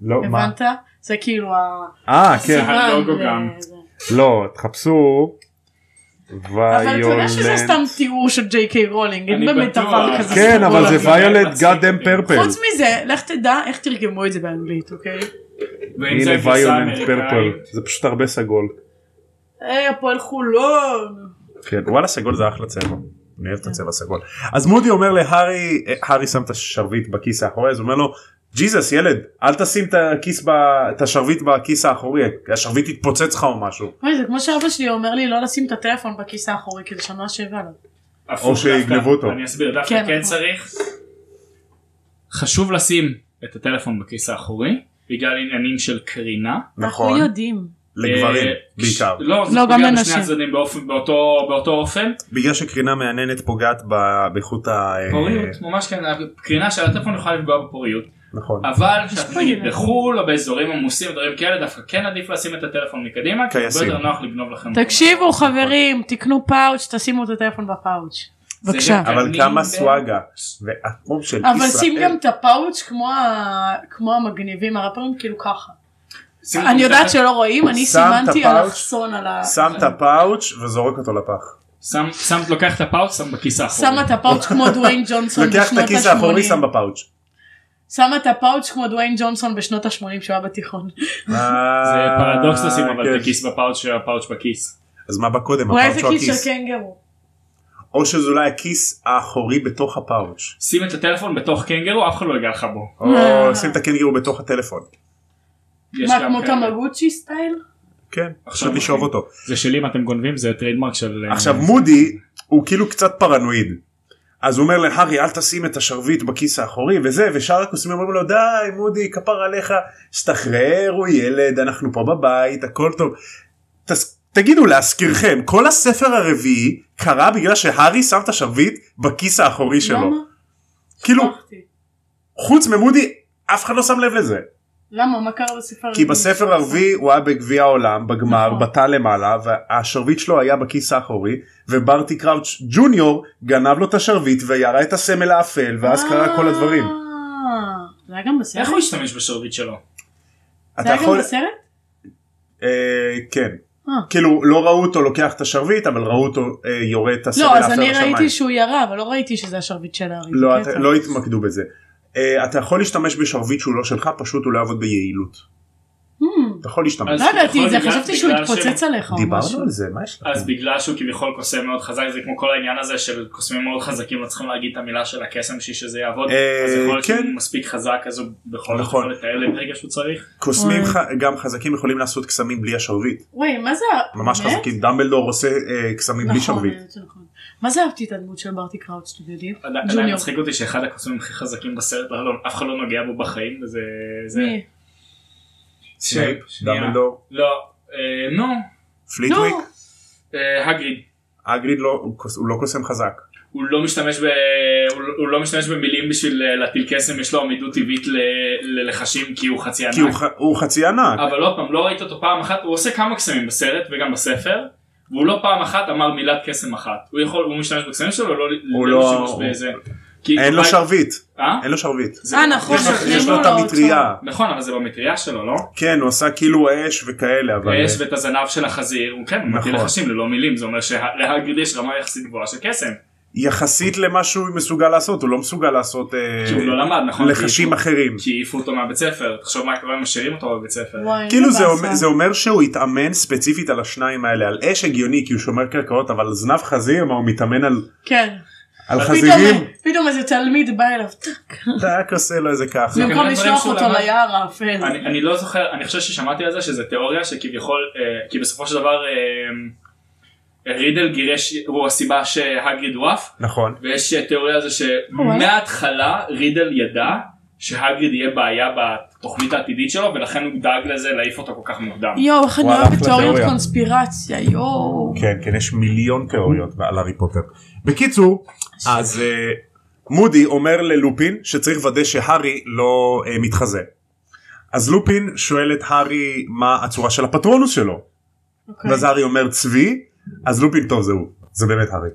[SPEAKER 3] לא, מה?
[SPEAKER 1] הבנת? זה כאילו ה...
[SPEAKER 3] אה, כן.
[SPEAKER 1] סימן
[SPEAKER 2] הלוגו
[SPEAKER 1] ו-
[SPEAKER 2] גם.
[SPEAKER 1] זה.
[SPEAKER 3] לא, תחפשו.
[SPEAKER 1] אבל אתה יודע שזה
[SPEAKER 3] ויולנט.
[SPEAKER 1] סתם תיאור של ג'יי קיי רולינג, אין
[SPEAKER 2] אני
[SPEAKER 1] באמת
[SPEAKER 2] בטוח.
[SPEAKER 1] דבר כזה.
[SPEAKER 3] כן, אבל
[SPEAKER 1] סגול.
[SPEAKER 3] זה
[SPEAKER 2] הסגנון
[SPEAKER 3] ויולט
[SPEAKER 2] מצחיק
[SPEAKER 3] גאדם
[SPEAKER 2] אותי.
[SPEAKER 3] פרפל.
[SPEAKER 1] חוץ מזה, לך תדע איך תרגמו את זה באנגלית, אוקיי?
[SPEAKER 2] ואם זה
[SPEAKER 3] הנה
[SPEAKER 2] הגרסה
[SPEAKER 3] ויולנט
[SPEAKER 2] האמריקאית,
[SPEAKER 3] פרפל. זה פשוט הרבה סגול.
[SPEAKER 1] היי, הפועל חולון.
[SPEAKER 3] כן, וואלה סגול זה אחלה צבע. אני אוהב את הצבע הסגול. אז מודי אומר להארי, אה, הארי שם את השרביט בכיס האחורי, אז הוא אומר לו, ג'יזוס ילד, אל תשים את הכיס ב- את השרביט בכיס האחורי, השרביט יתפוצץ לך או משהו.
[SPEAKER 1] וואי, זה כמו שאבא שלי אומר לי לא לשים את הטלפון בכיס האחורי כדי שאני לא אשב עליו.
[SPEAKER 2] הפוך,
[SPEAKER 3] שיגנבו
[SPEAKER 2] דווקא-
[SPEAKER 3] אותו.
[SPEAKER 2] אני אסביר,
[SPEAKER 1] כן,
[SPEAKER 2] דווקא כן
[SPEAKER 1] נכון.
[SPEAKER 2] צריך. חשוב לשים את הטלפון בכיס האחורי, בגלל עניינים של קרינה.
[SPEAKER 3] נכון.
[SPEAKER 1] אנחנו יודעים.
[SPEAKER 3] לגברים,
[SPEAKER 2] אה,
[SPEAKER 3] בעיקר.
[SPEAKER 2] לא, זה
[SPEAKER 1] לא, גם
[SPEAKER 2] פוגע
[SPEAKER 1] לנשים.
[SPEAKER 2] בשני הצדדים באופן- באותו באותו אופן.
[SPEAKER 3] בגלל שקרינה מעניינת פוגעת ב- באיכות ה... אה,
[SPEAKER 2] פוריות, ממש כן, הקרינה של הטלפון יכולה לפגוע בפוריות.
[SPEAKER 3] נכון.
[SPEAKER 2] אבל כשאתה
[SPEAKER 1] פה
[SPEAKER 2] נגיד
[SPEAKER 1] ילדים.
[SPEAKER 2] בחו"ל או באזורים עמוסים דברים כאלה דווקא כן עדיף לשים את הטלפון מקדימה כי הרבה
[SPEAKER 3] קייסים.
[SPEAKER 2] יותר נוח לגנוב לכם.
[SPEAKER 1] תקשיבו חברים, תקנו פאוץ', תשימו את הטלפון בפאוץ'.
[SPEAKER 2] זה
[SPEAKER 1] בבקשה.
[SPEAKER 2] גם-
[SPEAKER 3] אבל
[SPEAKER 2] אני
[SPEAKER 3] כמה
[SPEAKER 2] ב-
[SPEAKER 3] סוואגה והפום של ישראל.
[SPEAKER 1] אבל שים גם את הפאוץ' כמו ה- כמו המגניבים הראפרים, כאילו ככה.
[SPEAKER 2] שימו אותו
[SPEAKER 1] אני יודעת
[SPEAKER 2] מתחת-
[SPEAKER 1] שלא רואים, אני
[SPEAKER 3] שם את
[SPEAKER 1] סימנתי
[SPEAKER 3] הפאוץ',
[SPEAKER 1] אלכסון על ה...
[SPEAKER 3] שם את הפאוץ' וזורק אותו לפח.
[SPEAKER 2] שם- שם לוקח את הפאוץ שם בכיס האחורי.
[SPEAKER 1] שמה את הפאוץ' כמו דוויין ג'ונסון בשנות
[SPEAKER 3] לוקח
[SPEAKER 1] ה-80.
[SPEAKER 3] את הכיס האחורי שם בפאוץ'.
[SPEAKER 1] שמה את הפאוץ' כמו דוויין ג'ונסון בשנות ה-80 שהוא היה בתיכון.
[SPEAKER 2] זה
[SPEAKER 3] אה,
[SPEAKER 2] פרדוקס לשים אבל
[SPEAKER 3] כן.
[SPEAKER 2] את הכיס בפאוץ' שהפאוץ' בכיס.
[SPEAKER 3] אז מה בא קודם
[SPEAKER 1] הוא היה איזה
[SPEAKER 3] הפאוץ' או
[SPEAKER 1] כיס
[SPEAKER 3] הכיס?
[SPEAKER 1] של קנגרו.
[SPEAKER 3] או שזה אולי הכיס האחורי בתוך הפאוץ'.
[SPEAKER 2] שים את הטלפון בתוך קנגרו אף אחד לא ייגע לך בו.
[SPEAKER 3] או
[SPEAKER 1] אה.
[SPEAKER 3] שים את הקנגרו בתוך הטלפון.
[SPEAKER 2] יש
[SPEAKER 1] מה
[SPEAKER 2] גם
[SPEAKER 1] כמו
[SPEAKER 2] כאלה.
[SPEAKER 1] טמגוצ'י סטייל?
[SPEAKER 3] כן,
[SPEAKER 2] עכשיו
[SPEAKER 3] עכשיו לשאוב
[SPEAKER 2] אוקיי.
[SPEAKER 3] אותו.
[SPEAKER 2] זה שלי אם אתם גונבים זה טריידמרק של אה,
[SPEAKER 3] עכשיו מודי הוא כאילו קצת פרנואיד. אז הוא אומר להארי אל תשים את השרביט בכיס האחורי וזה ושאר הקוסמים אומרים לו די מודי כפר עליך שתחרר הוא ילד אנחנו פה בבית הכל טוב. תס... תגידו להזכירכם כל הספר הרביעי קרה בגלל שהארי שם את השרביט בכיס האחורי שלו.
[SPEAKER 1] למה? אה,
[SPEAKER 3] כאילו
[SPEAKER 1] שכחתי.
[SPEAKER 3] חוץ ממודי אף אחד לא שם לב לזה.
[SPEAKER 1] למה? מה קרה בספר
[SPEAKER 3] כי
[SPEAKER 1] הרביעי?
[SPEAKER 3] בספר הרביעי הוא היה בגביע העולם בגמר
[SPEAKER 1] נכון.
[SPEAKER 3] בתא למעלה והשרביט שלו היה בכיס האחורי וברטי קראוץ' ג'וניור גנב לו את השרביט וירה את הסמל האפל ואז קרה כל הדברים.
[SPEAKER 1] אה, זה היה גם בסרט?
[SPEAKER 2] איך הוא השתמש בשרביט שלו?
[SPEAKER 1] זה
[SPEAKER 3] אתה
[SPEAKER 1] היה גם
[SPEAKER 3] יכול
[SPEAKER 1] בסרט?
[SPEAKER 3] אה, כן
[SPEAKER 1] אה.
[SPEAKER 3] כאילו לא ראו אותו לוקח את השרביט אבל ראו אותו אה, יורה את הסמל
[SPEAKER 1] לא, אז
[SPEAKER 3] האפל
[SPEAKER 1] אני ראיתי כן,
[SPEAKER 3] לשמיים.
[SPEAKER 1] שהוא ירה, אבל לא ראיתי שזה השרביט של הארי.
[SPEAKER 3] לא,
[SPEAKER 1] זה
[SPEAKER 3] אתה-
[SPEAKER 1] קטע.
[SPEAKER 3] לא התמקדו בזה. אה, אתה יכול להשתמש בשרביט שהוא לא שלך פשוט הוא לא יעבוד ביעילות.
[SPEAKER 1] Hmm,
[SPEAKER 3] אתה יכול להשתמש.
[SPEAKER 2] אז
[SPEAKER 1] לא ידעתי את זה,
[SPEAKER 2] בגלל-
[SPEAKER 1] חשבתי שהוא
[SPEAKER 2] בגלל ש-
[SPEAKER 1] התפוצץ עליך או נכון, משהו.
[SPEAKER 3] דיברנו על זה מה יש לך?
[SPEAKER 2] אז בגלל שהוא כביכול קוסם מאוד חזק זה כמו כל העניין הזה של קוסמים מאוד חזקים לא צריכים להגיד את המילה של הקסם בשביל שזה יעבוד
[SPEAKER 3] אה,
[SPEAKER 2] אז יכול להיות
[SPEAKER 3] כן.
[SPEAKER 2] שהוא מספיק חזק אז הוא בכל זאת
[SPEAKER 3] נכון.
[SPEAKER 2] יכול לתאר לרגע שהוא צריך.
[SPEAKER 3] קוסמים
[SPEAKER 1] אוי.
[SPEAKER 3] ח- גם חזקים יכולים לעשות קסמים בלי השרביט.
[SPEAKER 1] וואי, מה זה...
[SPEAKER 3] ממש
[SPEAKER 1] באמת?
[SPEAKER 3] חזקים דמבלדור עושה אה, קסמים בלי
[SPEAKER 1] נכון,
[SPEAKER 3] שרביט.
[SPEAKER 1] האמת שנכון. מה זה אהבתי את הדמות של ברטי קראוץ', אתם יודעים?
[SPEAKER 2] עדי- עדיין
[SPEAKER 1] ג'וניור.
[SPEAKER 2] מצחיק אותי שאחד הקוסמים הכי חזקים בסרט לא- לא- אף אחד לא נוגע בו בחיים וזה זה.
[SPEAKER 1] מי?
[SPEAKER 3] סנייפ,
[SPEAKER 2] שנייה.
[SPEAKER 3] דמבלדור,
[SPEAKER 2] לא. אה, נו.
[SPEAKER 3] פליטוויק,
[SPEAKER 1] נו.
[SPEAKER 2] אה, הגריד.
[SPEAKER 3] אגריד לא- הוא קוס- הוא לא קוסם חזק.
[SPEAKER 2] הוא לא משתמש ב... הוא לא- הוא לא משתמש במילים בשביל אה, להטיל קסם יש לו עמידות טבעית ל- ללחשים כי הוא חצי
[SPEAKER 3] כי הוא
[SPEAKER 2] ענק.
[SPEAKER 3] ח- הוא חצי ענק.
[SPEAKER 2] אבל עוד פעם לא ראית אותו פעם אחת הוא עושה כמה קסמים בסרט וגם בספר והוא לא פעם אחת אמר מילת קסם אחת הוא יכול הוא משתמש בקסמים שלו לא
[SPEAKER 3] הוא
[SPEAKER 2] לא
[SPEAKER 3] לא-
[SPEAKER 2] שימוש באיזה. כי
[SPEAKER 3] אין לו
[SPEAKER 2] בבית-
[SPEAKER 3] שרביט,
[SPEAKER 2] אה?
[SPEAKER 3] אין לו שרביט.
[SPEAKER 2] זה-
[SPEAKER 1] אה, נכון,
[SPEAKER 2] יש לו-
[SPEAKER 1] נכון,
[SPEAKER 2] יש
[SPEAKER 3] יש
[SPEAKER 2] לו-
[SPEAKER 3] לו
[SPEAKER 1] לו
[SPEAKER 3] את
[SPEAKER 1] לא
[SPEAKER 3] המטריה.
[SPEAKER 2] נכון אבל זה במטריה שלו לא?
[SPEAKER 3] כן, הוא עשה כאילו אש וכאלה, אבל... אה,
[SPEAKER 2] יש ואת הזנב של החזיר הוא כן הוא מטיל
[SPEAKER 3] נכון.
[SPEAKER 2] לחשים ללא מילים זה אומר שלהגריד יש רמה יחסית גבוהה של קסם.
[SPEAKER 3] יחסית למה שהוא מסוגל לעשות, הוא לא מסוגל לעשות אה,
[SPEAKER 2] כי הוא לא למד נכון? כי
[SPEAKER 3] לחשים
[SPEAKER 2] העיפו-
[SPEAKER 3] אחרים.
[SPEAKER 2] כי העיפו אותו מהבית ספר תחשוב מה קורה אם משאירים אותו בבית ספר.
[SPEAKER 1] וואי, לא
[SPEAKER 3] כאילו
[SPEAKER 1] איזה
[SPEAKER 3] זה
[SPEAKER 1] באסה.
[SPEAKER 3] אומר- זה אומר שהוא התאמן ספציפית על השניים האלה, על אש הגיוני כי הוא שומר קרקעות, אבל על זנב חזיר, מה הוא מתאמן על-
[SPEAKER 1] כן.
[SPEAKER 3] על
[SPEAKER 2] פתאום-
[SPEAKER 3] חזירים?
[SPEAKER 1] פתאום- פתאום איזה תלמיד בא אליו, טאק.
[SPEAKER 3] אתה רק עושה לו איזה ככה.
[SPEAKER 2] זה כנראה
[SPEAKER 1] במקום לשלוח
[SPEAKER 2] דברים אוקיי, שהוא
[SPEAKER 1] אותו
[SPEAKER 2] למד.
[SPEAKER 1] ליער האפל.
[SPEAKER 2] אני, אני לא זוכר, אני חושב ששמעתי על זה שזה תיאוריה שכביכול, אה, כי בסופו של דבר אה, רידל גירש, הוא הסיבה שהגריד הוא עף,
[SPEAKER 3] נכון.
[SPEAKER 2] ויש אה, תיאוריה על זה שמההתחלה רידל ידע שהגריד יהיה בעיה בתוכנית העתידית שלו, ולכן הוא דאג לזה להעיף אותו כל כך מוקדם.
[SPEAKER 1] יואו, איך אני
[SPEAKER 3] וואלה,
[SPEAKER 1] אוהבת
[SPEAKER 3] אחלה
[SPEAKER 1] תיאוריות
[SPEAKER 3] תיאוריה.
[SPEAKER 1] קונספירציה, יואו.
[SPEAKER 3] כן כן יש מיליון תיאוריות על הארי פוטר. בקיצור אז אה, מודי אומר ללופין שצריך לוודא שהארי לא אה, מתחזה. אז לופין שואל את הארי מה הצורה של הפטרונוס שלו
[SPEAKER 1] אוקיי.
[SPEAKER 3] ואז הארי אומר צבי אז לופין טוב זה הוא זה באמת הארי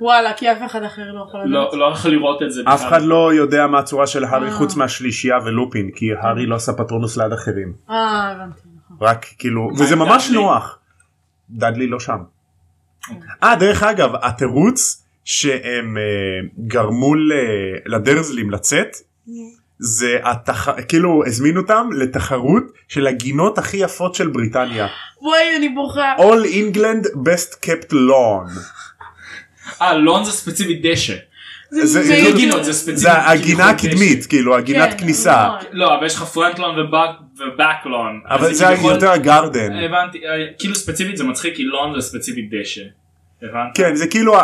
[SPEAKER 1] וואלה, כי אף אחד אחר לא יכול לדעת.
[SPEAKER 2] לא, לא יכול לראות את זה
[SPEAKER 3] אף אחד לא יודע מה הצורה של הארי
[SPEAKER 1] אה.
[SPEAKER 3] חוץ מהשלישייה ולופין כי הארי לא עשה פטרונוס ליד אחרים
[SPEAKER 1] אה, הבנתי. נכון.
[SPEAKER 3] רק כאילו וזה
[SPEAKER 2] עם
[SPEAKER 3] ממש
[SPEAKER 2] דאדלי?
[SPEAKER 3] נוח. דאדלי לא שם.
[SPEAKER 2] אוקיי.
[SPEAKER 3] אה דרך אגב התירוץ שהם אה, גרמו ל- לדרזלים לצאת זה התח... כאילו הזמינו אותם לתחרות של הגינות הכי יפות של בריטניה
[SPEAKER 1] וואי, אני בוכה.
[SPEAKER 3] All England Best Kept Lawn לא-
[SPEAKER 2] אה, לון זה ספציפית דשא.
[SPEAKER 3] זה-
[SPEAKER 2] זה
[SPEAKER 1] מעיד-
[SPEAKER 2] לא גינות, זה ספציפית.
[SPEAKER 3] זה הגינה
[SPEAKER 2] כביכול דשא.
[SPEAKER 3] הקדמית כאילו הגינת
[SPEAKER 1] כן,
[SPEAKER 3] כניסה
[SPEAKER 1] נכון.
[SPEAKER 2] לא, אבל יש לך פרנטלון ובקלון.
[SPEAKER 3] אבל זה
[SPEAKER 2] כביכול-
[SPEAKER 3] יותר הגארדן
[SPEAKER 2] הבנתי, אה, כאילו ספציפית זה מצחיק כי לון זה ספציפית דשא. הבנת?
[SPEAKER 3] כן זה כאילו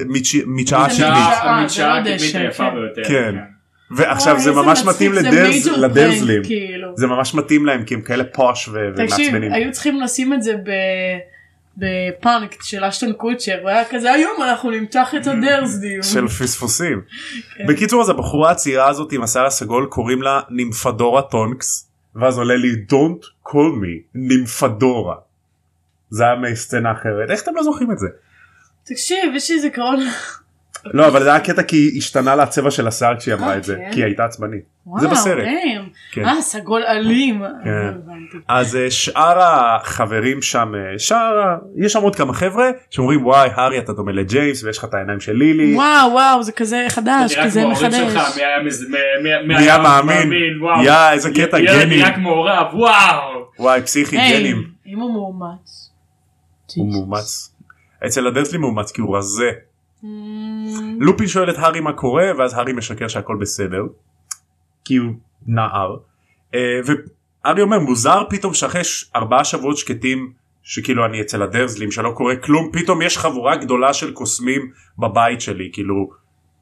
[SPEAKER 3] המצ'עה
[SPEAKER 1] זה
[SPEAKER 3] של
[SPEAKER 1] מצ'אה.
[SPEAKER 2] שעה-
[SPEAKER 1] אה,
[SPEAKER 2] המדשאה
[SPEAKER 1] זה לא
[SPEAKER 2] הקדמית
[SPEAKER 1] דשא,
[SPEAKER 2] היפה
[SPEAKER 1] כן.
[SPEAKER 2] ביותר.
[SPEAKER 3] כן.
[SPEAKER 2] אה,
[SPEAKER 3] ועכשיו
[SPEAKER 1] וואי,
[SPEAKER 3] זה
[SPEAKER 1] איזה
[SPEAKER 3] ממש
[SPEAKER 1] מצחיק,
[SPEAKER 3] מתאים
[SPEAKER 1] זה
[SPEAKER 3] לדרז-
[SPEAKER 1] major
[SPEAKER 3] לדרזלים
[SPEAKER 1] prank, כאילו.
[SPEAKER 3] זה ממש מתאים להם כי הם כאלה פוש ו-
[SPEAKER 1] תקשיב,
[SPEAKER 3] ומעצבנים.
[SPEAKER 1] היו צריכים לשים את זה ב... בפאנקט של אשטון קוצ'ר והיה כזה היום אנחנו נמתח את הדרסדים.
[SPEAKER 3] של פספוסים.
[SPEAKER 1] כן.
[SPEAKER 3] בקיצור אז הבחורה הצעירה הזאת עם השיער הסגול קוראים לה נימפדורה טונקס ואז עולה לי don't call me נימפדורה. זה היה מסצנה אחרת איך אתם לא זוכרים את זה?
[SPEAKER 1] אוקיי. תקשיב יש לי זיכרון.
[SPEAKER 3] לא אבל זה היה קטע כי השתנה לה הצבע של השיער כשהיא אמרה את זה
[SPEAKER 1] כן?
[SPEAKER 3] כי היא הייתה עצבנית. זה בסרט. כן.
[SPEAKER 1] כן. אה סגול אלים.
[SPEAKER 3] כן.
[SPEAKER 1] אה, הבנתי.
[SPEAKER 3] אז אה, שאר החברים שם אה, שאר ה- יש שם עוד כמה חבר'ה שאומרים וואי הארי אתה דומה לג'יימס ויש לך את העיניים של לילי.
[SPEAKER 1] וואו וואו זה כזה חדש
[SPEAKER 2] נראה
[SPEAKER 1] כזה
[SPEAKER 2] כמו ההורים
[SPEAKER 1] מחדש.
[SPEAKER 2] שלך, מי היה מז- מ- מ- מי
[SPEAKER 3] מי היה
[SPEAKER 2] היה
[SPEAKER 3] מאמין?
[SPEAKER 2] וואו.
[SPEAKER 3] יא, איזה קטע,
[SPEAKER 2] ילד
[SPEAKER 3] גני.
[SPEAKER 2] נראה כמו הוריו וואו.
[SPEAKER 3] וואי פסיכי
[SPEAKER 1] היי,
[SPEAKER 3] גנים.
[SPEAKER 1] אם הוא מאומץ.
[SPEAKER 3] הוא מאומץ. אצל הדרסלי מאומץ כי הוא רזה.
[SPEAKER 1] Mm,
[SPEAKER 3] לופין שואל את הארי מה קורה ואז הארי משקר שהכל בסדר. כי הוא נער. אה, והארי אומר מוזר פתאום שאחרי ש- ארבעה שבועות שקטים שכאילו אני אצל הדרזלים שלא קורה כלום פתאום יש חבורה גדולה של קוסמים בבית שלי כאילו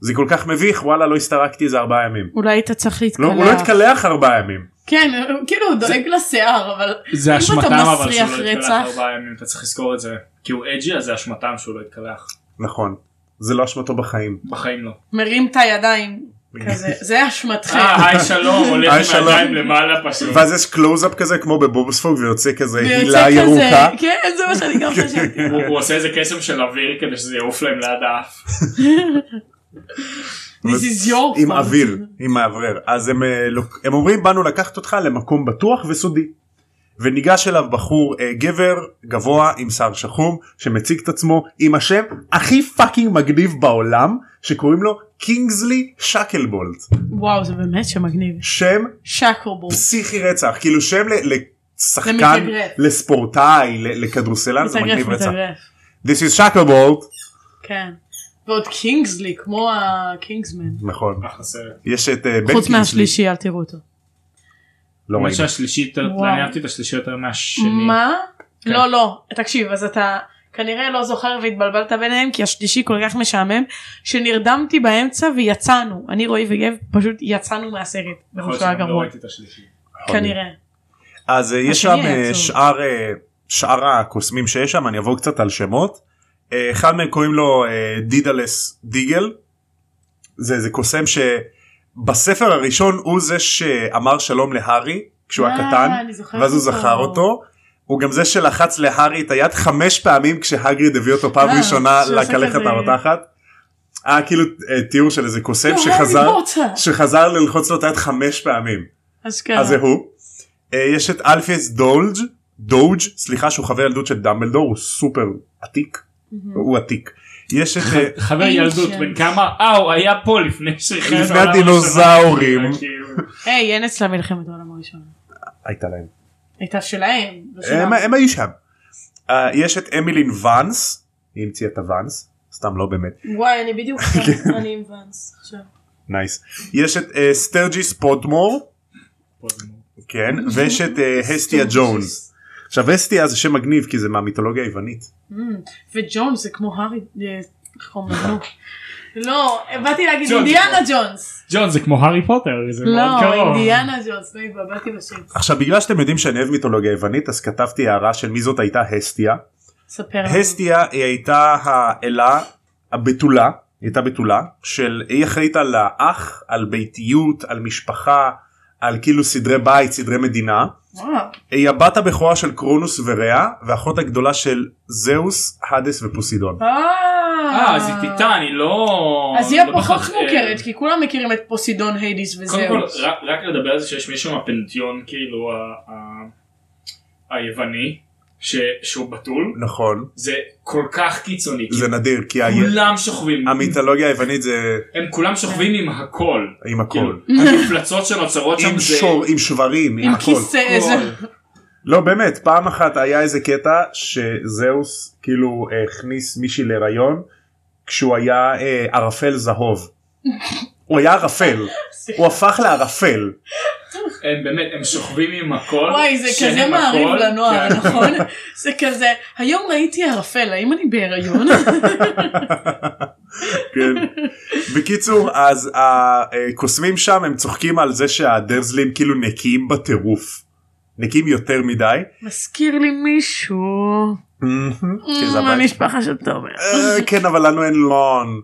[SPEAKER 3] זה כל כך מביך וואלה לא הסתרקתי איזה ארבעה ימים.
[SPEAKER 1] אולי היית צריך להתקלח.
[SPEAKER 3] לא, הוא לא התקלח ארבעה ימים.
[SPEAKER 1] כן, הוא- כאילו הוא דואג לשיער, אבל
[SPEAKER 2] זה
[SPEAKER 1] אם
[SPEAKER 2] אשמתם
[SPEAKER 1] אתה
[SPEAKER 2] אבל
[SPEAKER 1] מסריח
[SPEAKER 2] שהוא לא התקלח
[SPEAKER 1] רצח.
[SPEAKER 2] ארבעה ימים, אתה צריך לזכור את זה. כי הוא אג'י אז זה אשמתם שהוא לא התקלח.
[SPEAKER 3] נכון. זה לא אשמתו בחיים.
[SPEAKER 2] בחיים לא.
[SPEAKER 1] מרים את הידיים כזה, זה אשמתכם.
[SPEAKER 2] אה היי שלום, הולך
[SPEAKER 3] היי,
[SPEAKER 2] עם
[SPEAKER 3] שלום.
[SPEAKER 2] הידיים למעלה פשוט.
[SPEAKER 3] ואז יש קלוזאפ כזה כמו בבובספוג ויוצא כזה
[SPEAKER 1] ויוצא
[SPEAKER 3] הילה
[SPEAKER 1] כזה,
[SPEAKER 3] ירוקה.
[SPEAKER 1] כן, זה מה שאני גם חשבתי.
[SPEAKER 2] הוא הוא עושה איזה קסם של אוויר כדי שזה יעוף להם ליד האף.
[SPEAKER 1] This is your
[SPEAKER 3] עם
[SPEAKER 1] fault.
[SPEAKER 3] אוויר עם מאוורר אז הם, אה, לוק- הם אומרים באנו לקחת אותך למקום בטוח וסודי. וניגש אליו בחור אה, גבר גבוה עם שיער שחום שמציג את עצמו עם השם הכי פאקינג מגניב בעולם שקוראים לו קינגסלי שקלבולט
[SPEAKER 1] וואו, זה באמת שם מגניב.
[SPEAKER 3] שם
[SPEAKER 1] שקרבול.
[SPEAKER 3] פסיכי רצח כאילו שם ל- לשחקן
[SPEAKER 1] למתאגרף.
[SPEAKER 3] לספורטאי ל- לכדורסלן זה
[SPEAKER 1] מתאגרף,
[SPEAKER 3] מגניב רצח.
[SPEAKER 1] מתאגרף.
[SPEAKER 3] This is שקלבולט
[SPEAKER 1] כן. ועוד קינגסלי, כמו הקינגסמן.
[SPEAKER 3] נכון
[SPEAKER 2] אחלה סרט.
[SPEAKER 3] יש את אה, בן
[SPEAKER 1] חוץ
[SPEAKER 3] קינגסלי.
[SPEAKER 1] מהשלישי, אל תראו אותו.
[SPEAKER 3] לא
[SPEAKER 2] האמת
[SPEAKER 3] ראיתי.
[SPEAKER 2] שהשלישי יותר,
[SPEAKER 1] וואו.
[SPEAKER 2] מעניין אותי את השלישי יותר מהשני.
[SPEAKER 1] מה?
[SPEAKER 2] כן.
[SPEAKER 1] לא, לא. תקשיב, אז אתה כנראה לא זוכר והתבלבלת ביניהם, כי השלישי כל כך משעמם, שנרדמתי באמצע ויצאנו. אני, רועי וגב, פשוט יצאנו מהסרט.
[SPEAKER 2] יכול להיות
[SPEAKER 1] במקרה
[SPEAKER 2] שאני לא
[SPEAKER 1] הגרוע.
[SPEAKER 2] ראיתי את השלישי.
[SPEAKER 1] כנראה.
[SPEAKER 3] אז אה, יש שם
[SPEAKER 1] השני
[SPEAKER 3] אה,
[SPEAKER 1] היה עצוב.
[SPEAKER 3] שאר אה, שאר הקוסמים שיש שם אני אעבור קצת על שמות אה, אחד מהם קוראים לו אה, דידלס דיגל זה איזה קוסם שבספר הראשון הוא זה שאמר שלום להארי כשהוא היה
[SPEAKER 1] אה,
[SPEAKER 3] קטן
[SPEAKER 1] אני זוכרת
[SPEAKER 3] ואז הוא
[SPEAKER 1] אותו.
[SPEAKER 3] זכר אותו. הוא גם זה שלחץ להארי את היד חמש פעמים כשהגריד הביא אותו פעם
[SPEAKER 1] אה,
[SPEAKER 3] ראשונה
[SPEAKER 1] שהוא עושה
[SPEAKER 3] לקלחת
[SPEAKER 1] כזה-
[SPEAKER 3] הרותחת. היה כאילו אה, תיאור של איזה קוסם
[SPEAKER 1] לא,
[SPEAKER 3] שחזר
[SPEAKER 1] הארי פוטר.
[SPEAKER 3] שחזר ללחוץ לו את היד חמש פעמים.
[SPEAKER 1] אשכרה.
[SPEAKER 3] אז זה הוא. אה, יש את אלפיס דולג' דוג' סליחה שהוא חבר ילדות של דמבלדור הוא סופר עתיק הוא עתיק. יש את אה,
[SPEAKER 2] חבר
[SPEAKER 1] Ancient.
[SPEAKER 2] ילדות בן כמה אה הוא היה פה לפני שחרר
[SPEAKER 3] לפני
[SPEAKER 2] העולם
[SPEAKER 3] הדינוזאורים.
[SPEAKER 2] הראשון. כאילו,
[SPEAKER 1] היי, אין אצלה מלחמת העולם הראשונה.
[SPEAKER 3] הייתה להם
[SPEAKER 1] הייתה שלהם. לא
[SPEAKER 3] הם-
[SPEAKER 1] שלנו.
[SPEAKER 3] הם היו שם. אה, יש את אמילין ואנס היא המציאה את הוואנס סתם לא באמת
[SPEAKER 1] וואי, אני בדיוק
[SPEAKER 3] כן.
[SPEAKER 1] שם, אני עם ואנס עכשיו.
[SPEAKER 3] נייס יש את אה, סטרג'יס פודמור
[SPEAKER 2] פה זה מאוד.
[SPEAKER 3] כן ויש את אה, הסטיה ג'ונס. עכשיו הסטיה זה שם מגניב כי זה מהמיתולוגיה היוונית.
[SPEAKER 1] Mm, וג'ונס זה כמו הארי, אה, איך אומרים, נו. לא, באתי להגיד
[SPEAKER 2] ג'ונס.
[SPEAKER 1] אינדיאנה ג'ונס.
[SPEAKER 2] ג'ון זה כמו הארי פוטר זה מאוד
[SPEAKER 1] לא,
[SPEAKER 2] קרוב.
[SPEAKER 1] אינדיאנה ג'ונס, לא התבלבלתי בשם.
[SPEAKER 3] עכשיו בגלל שאתם יודעים שאני אוהב מיתולוגיה יוונית אז כתבתי הערה של מי זאת הייתה הסטיה.
[SPEAKER 1] ספר. לנו.
[SPEAKER 3] הסטיה היא הייתה האלה הבתולה, היא הייתה בתולה, של היא אחראית על האח, על ביתיות, על משפחה, על כאילו סדרי בית, סדרי מדינה.
[SPEAKER 1] וואו,
[SPEAKER 3] היא הבת הבכורה של קרונוס ורע, והאחות הגדולה של זהוס, האדס ופוסידון.
[SPEAKER 1] אה,
[SPEAKER 2] אה אז היא טיטן היא לא.
[SPEAKER 1] אז היא
[SPEAKER 2] לא
[SPEAKER 1] הפחות
[SPEAKER 2] בהכרח-
[SPEAKER 1] מוכרת, כי כולם מכירים את פוסידון, היידיס
[SPEAKER 2] קודם כל
[SPEAKER 1] וזהו.
[SPEAKER 2] רק- רק לדבר על זה שיש מישהו מהפנתיון כאילו ה- ה- היווני ש- שהוא בתול
[SPEAKER 3] נכון,
[SPEAKER 2] זה כל כך קיצוני.
[SPEAKER 3] זה נדיר, כי ה-
[SPEAKER 2] כולם שוכבים
[SPEAKER 3] המיתולוגיה היוונית זה
[SPEAKER 2] הם כולם שוכבים עם הכל.
[SPEAKER 3] עם
[SPEAKER 2] כאילו,
[SPEAKER 3] הכל.
[SPEAKER 2] המפלצות שנוצרות שם
[SPEAKER 3] עם
[SPEAKER 2] זה
[SPEAKER 3] שור, עם שברים, עם
[SPEAKER 1] עם אה,
[SPEAKER 3] הכל.
[SPEAKER 1] כיסא איזה...
[SPEAKER 2] הכל.
[SPEAKER 3] לא באמת פעם אחת היה איזה קטע שזהוס כאילו אה, הכניס מישהי להיריון כשהוא היה אה, ערפל זהוב. הוא היה ערפל הוא הפך לערפל
[SPEAKER 2] הם באמת הם שוכבים עם הכל.
[SPEAKER 1] וואי זה
[SPEAKER 2] שהם
[SPEAKER 1] כזה מעריב
[SPEAKER 2] הכל,
[SPEAKER 1] לנוער
[SPEAKER 2] כן.
[SPEAKER 1] נכון זה כזה היום ראיתי ערפל האם אני בהיריון
[SPEAKER 3] כן. בקיצור אז הקוסמים שם הם צוחקים על זה שהדרזלים כאילו נקיים בטירוף נקיים יותר מדי
[SPEAKER 1] מזכיר לי מישהו Mm-hmm. Mm,
[SPEAKER 3] כי זה הבית.
[SPEAKER 1] המשפחה של תומר.
[SPEAKER 3] אה, כן אבל לנו אין לון.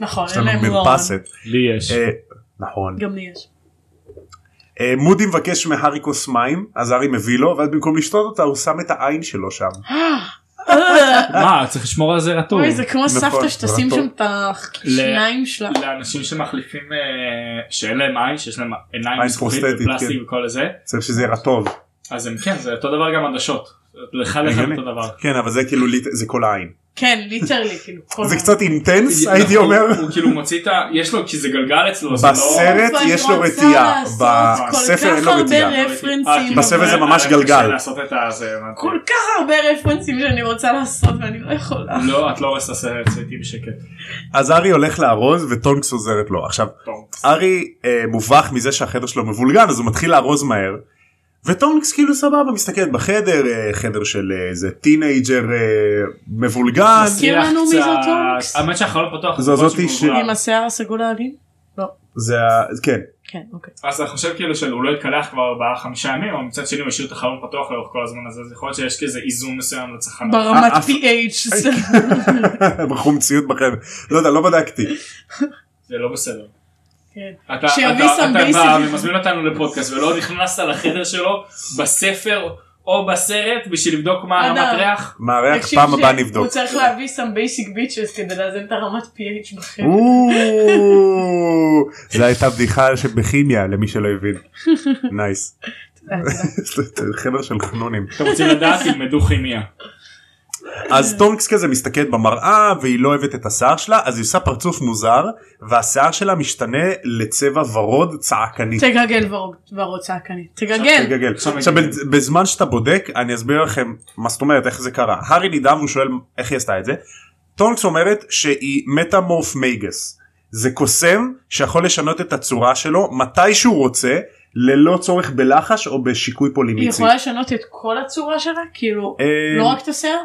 [SPEAKER 1] נכון,
[SPEAKER 3] יש
[SPEAKER 1] אין
[SPEAKER 3] לנו
[SPEAKER 1] להם רון.
[SPEAKER 3] מרפסת.
[SPEAKER 2] לי יש.
[SPEAKER 3] אה, נכון.
[SPEAKER 1] גם לי יש.
[SPEAKER 3] אה, מודי מבקש מהארי כוס מים אז הארי מביא לו ואז במקום לשתות אותה הוא שם את העין שלו שם.
[SPEAKER 2] מה צריך לשמור על זה רטוב.
[SPEAKER 1] אוי, זה כמו
[SPEAKER 3] נכון,
[SPEAKER 1] סבתא שתשים
[SPEAKER 3] נכון.
[SPEAKER 1] שם את השיניים שלה.
[SPEAKER 2] לאנשים שמחליפים אה, שאין להם עין שיש להם עיניים
[SPEAKER 3] עין
[SPEAKER 2] מזכוכית
[SPEAKER 3] פרוסטטית,
[SPEAKER 2] ופלסטיק
[SPEAKER 3] כן.
[SPEAKER 2] וכל זה
[SPEAKER 3] צריך שזה יהיה רטוב.
[SPEAKER 2] אז הם כן זה אותו דבר גם עדשות. לך לך
[SPEAKER 3] הגיוני.
[SPEAKER 2] אותו דבר.
[SPEAKER 3] כן אבל זה כאילו ליט- זה כל העין.
[SPEAKER 1] כן, ליטרלי, כאילו. כל
[SPEAKER 3] זה
[SPEAKER 1] ה-
[SPEAKER 3] קצת אינטנס הייתי
[SPEAKER 2] נכון,
[SPEAKER 3] אומר.
[SPEAKER 2] הוא כאילו מוציא את ה... יש לו כי זה גלגל אצלו. זה לא-
[SPEAKER 3] בסרט
[SPEAKER 1] ואני
[SPEAKER 3] יש לו
[SPEAKER 1] רוצה
[SPEAKER 3] רתיעה,
[SPEAKER 1] לעשות
[SPEAKER 3] בספר אין לו
[SPEAKER 1] כל כך
[SPEAKER 3] רתיעה.
[SPEAKER 1] הרבה
[SPEAKER 2] אה, כי-
[SPEAKER 1] רפרנסים.
[SPEAKER 3] בספר זה
[SPEAKER 1] אבל-
[SPEAKER 3] ממש
[SPEAKER 2] אה,
[SPEAKER 3] גלגל.
[SPEAKER 2] קשה לעשות את הזה, הבנתי.
[SPEAKER 1] כל כך הרבה רפרנסים שאני רוצה לעשות ואני לא יכולה.
[SPEAKER 2] לא את לא הורסת את הסרט זה איתי בשקט.
[SPEAKER 3] אז ארי הולך לארוז וטונקס עוזרת לו. עכשיו
[SPEAKER 2] טוב.
[SPEAKER 3] ארי אה, מובך מזה שהחדר שלו מבולגן אז הוא מתחיל לארוז מהר. וטונקס כאילו סבבה מסתכלת בחדר אה, חדר של אה, איזה טינג'ר אה, מבולגן
[SPEAKER 1] מזכיר לנו מי
[SPEAKER 2] קצת-
[SPEAKER 1] זאת טונקס?
[SPEAKER 2] האמת שהחלון פתוח.
[SPEAKER 3] זו
[SPEAKER 2] אז
[SPEAKER 3] זאתי
[SPEAKER 2] בראש הוא
[SPEAKER 3] ש-
[SPEAKER 2] מוברר.
[SPEAKER 1] עם השיער הסגול העלים?
[SPEAKER 3] זה ה- כן
[SPEAKER 1] כן, אוקיי.
[SPEAKER 2] אז אתה חושב כאילו שהוא לא יתקלח כבר ארבעה חמישה ימים אבל מצד שני הוא השאיר את החלון פתוח לאורך כל הזמן הזה אז יכול להיות שיש כזה איזון מסוים לצחנה.
[SPEAKER 1] ברמת
[SPEAKER 3] אה, אף-
[SPEAKER 1] PH.
[SPEAKER 3] בחומציות בחדר לא יודע לא בדקתי
[SPEAKER 2] זה לא בסדר.
[SPEAKER 1] כן.
[SPEAKER 2] אתה, אתה,
[SPEAKER 1] שיביא
[SPEAKER 2] אתה,
[SPEAKER 1] סם בייסי.
[SPEAKER 2] בא ומזמין אותנו לפודקאסט ולא נכנסת לחדר שלו בספר או בסרט בשביל לבדוק מה
[SPEAKER 1] אדם.
[SPEAKER 2] רמת ריח.
[SPEAKER 3] מארח
[SPEAKER 1] תקשיב
[SPEAKER 3] אה, פעם הבאה
[SPEAKER 1] ש-
[SPEAKER 3] נבדוק.
[SPEAKER 1] הוא צריך להביא some basic bitches כדי לאזן את הרמת PH בחדר.
[SPEAKER 3] אוקיי. או, זה הייתה בדיחה שבכימיה למי שלא הבין. נייס.
[SPEAKER 1] אה,
[SPEAKER 3] חבר של חנונים.
[SPEAKER 2] אתם רוצים לדעת תלמדו כימיה.
[SPEAKER 3] אז טונקס כזה מסתכלת במראה והיא לא אוהבת את השיער שלה אז היא עושה פרצוף מוזר והשיער שלה משתנה לצבע ורוד צעקני.
[SPEAKER 1] תגגל ורוד- ורוד צעקני. תגגל.
[SPEAKER 3] תגגל.
[SPEAKER 2] כן. עכשיו
[SPEAKER 3] עכשיו
[SPEAKER 2] מגגל.
[SPEAKER 3] בז- בזמן שאתה בודק אני אסביר לכם מה זאת אומרת איך זה קרה. הארי נדהם והוא שואל איך היא עשתה את זה. טונקס אומרת שהיא מטמורף מייגס. זה קוסם שיכול לשנות את הצורה שלו מתי שהוא רוצה ללא צורך בלחש או בשיקוי
[SPEAKER 1] היא
[SPEAKER 3] פולימיצי.
[SPEAKER 1] יכולה לשנות את כל הצורה שלה? כאילו,
[SPEAKER 3] אה,
[SPEAKER 1] לא רק את השיער?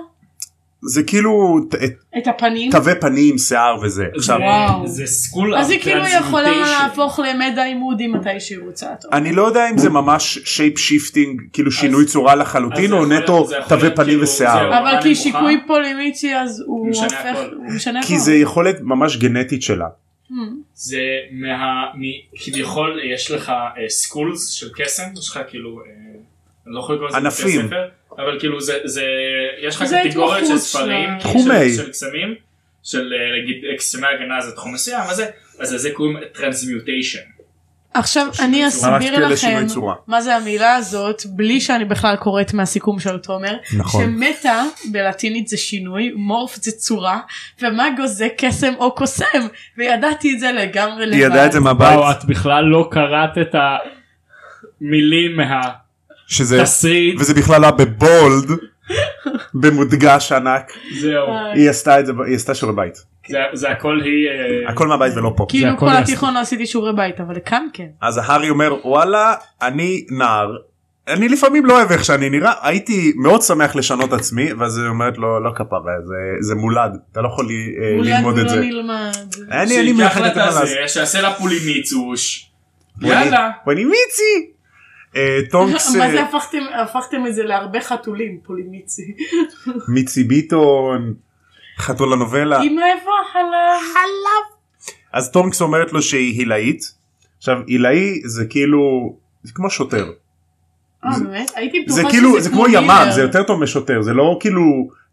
[SPEAKER 3] זה כאילו ת-
[SPEAKER 1] את הפנים?
[SPEAKER 3] תווי פנים שיער וזה. עכשיו
[SPEAKER 1] וואו.
[SPEAKER 2] זה סקול
[SPEAKER 1] אז היא כאילו יכולה להפוך למדה עם מודי מתי שהיא רוצה. אתה אומר.
[SPEAKER 3] אני לא יודע אם זה ממש שייפ שיפטינג כאילו שינוי צורה לחלוטין
[SPEAKER 2] זה
[SPEAKER 3] או
[SPEAKER 2] יכול להיות-
[SPEAKER 3] נטו
[SPEAKER 2] זה יכול
[SPEAKER 3] תווי
[SPEAKER 2] להיות
[SPEAKER 3] פנים
[SPEAKER 2] כאילו-
[SPEAKER 3] ושיער.
[SPEAKER 2] זהו. אני
[SPEAKER 1] אבל
[SPEAKER 2] מוכן.
[SPEAKER 1] כי שיקוי פולימיצי אז הוא
[SPEAKER 2] משנה
[SPEAKER 1] הופך,
[SPEAKER 2] הכל.
[SPEAKER 1] הוא משנה
[SPEAKER 3] כי
[SPEAKER 1] הכל.
[SPEAKER 3] זה יכולת ממש גנטית שלה.
[SPEAKER 1] Hmm.
[SPEAKER 2] זה מה... מ- כביכול יש לך סקולס של קסם, יש לך כאילו... אה, אני לא יכול לקרוא לזה
[SPEAKER 3] ענפים.
[SPEAKER 2] בתי ספר, אבל כאילו זה... זה- יש לך
[SPEAKER 1] זה
[SPEAKER 2] קטגוריות של
[SPEAKER 1] התמחות
[SPEAKER 2] ספרים,
[SPEAKER 1] שלה.
[SPEAKER 2] של-
[SPEAKER 3] תחומי.
[SPEAKER 2] של קסמים, של אה, נגיד קסמי הגנה זה תחום מסוים, אז זה- אז לזה קוראים טרנסמיוטיישן.
[SPEAKER 1] עכשיו אני
[SPEAKER 2] שינוי צורה.
[SPEAKER 3] ממש
[SPEAKER 1] אסביר
[SPEAKER 3] כאלה
[SPEAKER 1] לכם
[SPEAKER 3] שינוי צורה.
[SPEAKER 1] מה זה המילה הזאת בלי שאני בכלל קוראת מהסיכום של תומר.
[SPEAKER 3] נכון.
[SPEAKER 1] שמטה בלטינית זה שינוי, מורף זה צורה, ומאגו זה קסם או קוסם, וידעתי את זה לגמרי לבד.
[SPEAKER 3] היא ידעה את זה מהבית
[SPEAKER 2] את בכלל לא קראת את המילים מהתסריט.
[SPEAKER 3] שזה וזה בכלל היה בבולד במודגש ענק
[SPEAKER 2] זהו.
[SPEAKER 1] אה,
[SPEAKER 3] היא עשתה את זה היא עשתה שיעורי בית
[SPEAKER 2] זה- זה הכל היא... אה,
[SPEAKER 3] הכל מהבית ולא פה
[SPEAKER 1] כאילו
[SPEAKER 2] הכל
[SPEAKER 1] כל
[SPEAKER 2] יעשה.
[SPEAKER 1] התיכון לא עשיתי שיעורי בית, אבל כאן כן.
[SPEAKER 3] אז ההארי אומר וואלה אני נער אני לפעמים לא אוהב איך שאני נראה הייתי מאוד שמח לשנות עצמי ואז היא אומרת לא לא כפרה זה זה מולד אתה לא יכול ל- אה,
[SPEAKER 1] מולי
[SPEAKER 3] ללמוד את
[SPEAKER 1] לא
[SPEAKER 3] זה.
[SPEAKER 1] נלמד.
[SPEAKER 3] אני אני
[SPEAKER 2] שייקח לה
[SPEAKER 3] מאחלת
[SPEAKER 2] את הזה, שיעשה לה פולימיצוש. יאללה.
[SPEAKER 3] ואני מיצי. אה, טונקס
[SPEAKER 1] מה זה
[SPEAKER 3] אה,
[SPEAKER 1] הפכתם, הפכתם את זה להרבה חתולים, פולימיצי.
[SPEAKER 3] מיצי ביטון חתול הנובלה.
[SPEAKER 1] אמא איפה החלב? חלב.
[SPEAKER 3] אז טונקס אומרת לו שהיא עילאית. עכשיו עילאי זה כאילו זה כמו שוטר
[SPEAKER 1] אה באמת? הייתי בטוחה
[SPEAKER 3] זה
[SPEAKER 1] שזה
[SPEAKER 3] כאילו זה כמו ימ"מ
[SPEAKER 1] מילר.
[SPEAKER 3] זה יותר טוב משוטר זה לא כאילו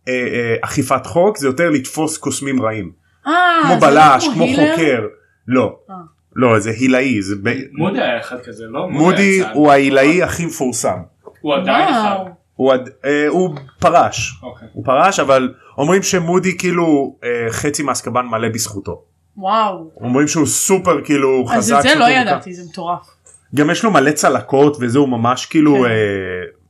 [SPEAKER 3] אה, אה, אכיפת חוק זה יותר לתפוס קוסמים רעים
[SPEAKER 1] אה,
[SPEAKER 3] כמו
[SPEAKER 1] זה לא
[SPEAKER 3] בלש כמו
[SPEAKER 1] הילר?
[SPEAKER 3] חוקר לא
[SPEAKER 1] אה.
[SPEAKER 3] לא זה הילאי זה ב-
[SPEAKER 2] מודי היה אחד כזה, לא?
[SPEAKER 3] מודי
[SPEAKER 2] היה צעד.
[SPEAKER 3] הוא ההילאי הכי מפורסם
[SPEAKER 2] הוא לא, עדיין אחד.
[SPEAKER 1] וואו.
[SPEAKER 3] הוא עד- אה, הוא פרש
[SPEAKER 2] אוקיי.
[SPEAKER 3] הוא פרש אבל אומרים שמודי כאילו אה, חצי מאסקבן מלא בזכותו
[SPEAKER 1] וואו.
[SPEAKER 3] אומרים שהוא סופר כאילו חזק.
[SPEAKER 1] אז את זה
[SPEAKER 3] סופר
[SPEAKER 1] לא
[SPEAKER 3] מוכר.
[SPEAKER 1] ידעתי, זה מטורף.
[SPEAKER 3] גם יש לו מלא צלקות וזה הוא ממש כאילו
[SPEAKER 1] כן.
[SPEAKER 3] אה,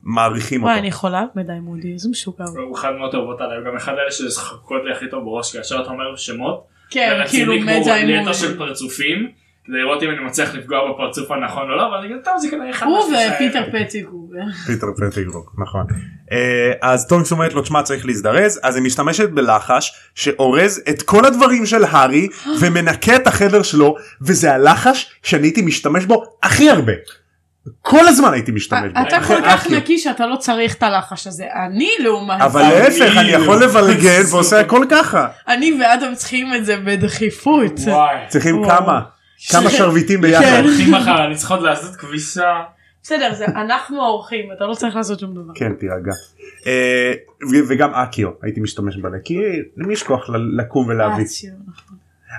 [SPEAKER 3] מעריכים
[SPEAKER 1] וואי,
[SPEAKER 3] אותו.
[SPEAKER 1] אני חולה מדי מודי, איזה משוגע. הוא.
[SPEAKER 2] הוא אחד מהטובות עליי, הוא גם אחד האלה שחקות לי הכי טוב בראש, כאשר אתה אומר שמות,
[SPEAKER 1] כן,
[SPEAKER 2] ורצים
[SPEAKER 1] כאילו
[SPEAKER 2] לי כמו
[SPEAKER 1] מגה
[SPEAKER 2] רולטה
[SPEAKER 1] אמון.
[SPEAKER 2] של פרצופים, כדי לראות אם אני מצליח לפגוע בפרצוף הנכון או לא, אבל אני אגיד, טוב, זה כנראה אחד
[SPEAKER 1] הוא
[SPEAKER 2] מהשלושה
[SPEAKER 1] ופיטר
[SPEAKER 2] האלה."
[SPEAKER 1] פטיגו.
[SPEAKER 3] פיטר פטיגרוק נכון. אה, אז טונקס אומרת לו תשמע צריך להזדרז אז היא משתמשת בלחש שאורז את כל הדברים של הארי ומנקה את החדר שלו וזה הלחש שאני הייתי משתמש בו הכי הרבה. כל הזמן הייתי משתמש בו.
[SPEAKER 1] אה, אתה
[SPEAKER 2] אחי,
[SPEAKER 1] כל כך
[SPEAKER 3] אחי.
[SPEAKER 1] נקי שאתה לא צריך את הלחש הזה. אני לעומת
[SPEAKER 3] אבל
[SPEAKER 1] זאת,
[SPEAKER 3] להפך אני יכול לבלגן ועושה הכל ככה.
[SPEAKER 1] אני ואדם צריכים את זה בדחיפות.
[SPEAKER 2] וואי.
[SPEAKER 3] צריכים
[SPEAKER 1] וואו.
[SPEAKER 3] כמה כמה שרביטים ביחד.
[SPEAKER 1] כן.
[SPEAKER 2] הולכים מחר, אני צריך עוד לעשות כביסה.
[SPEAKER 1] בסדר, זה אנחנו האורחים, אתה לא צריך לעשות שום דבר.
[SPEAKER 3] כן תירגע. אה, ו- וגם אקיו הייתי משתמש בה כי למי יש כוח ל- לקום
[SPEAKER 1] אה,
[SPEAKER 3] ולהביא
[SPEAKER 1] ציון.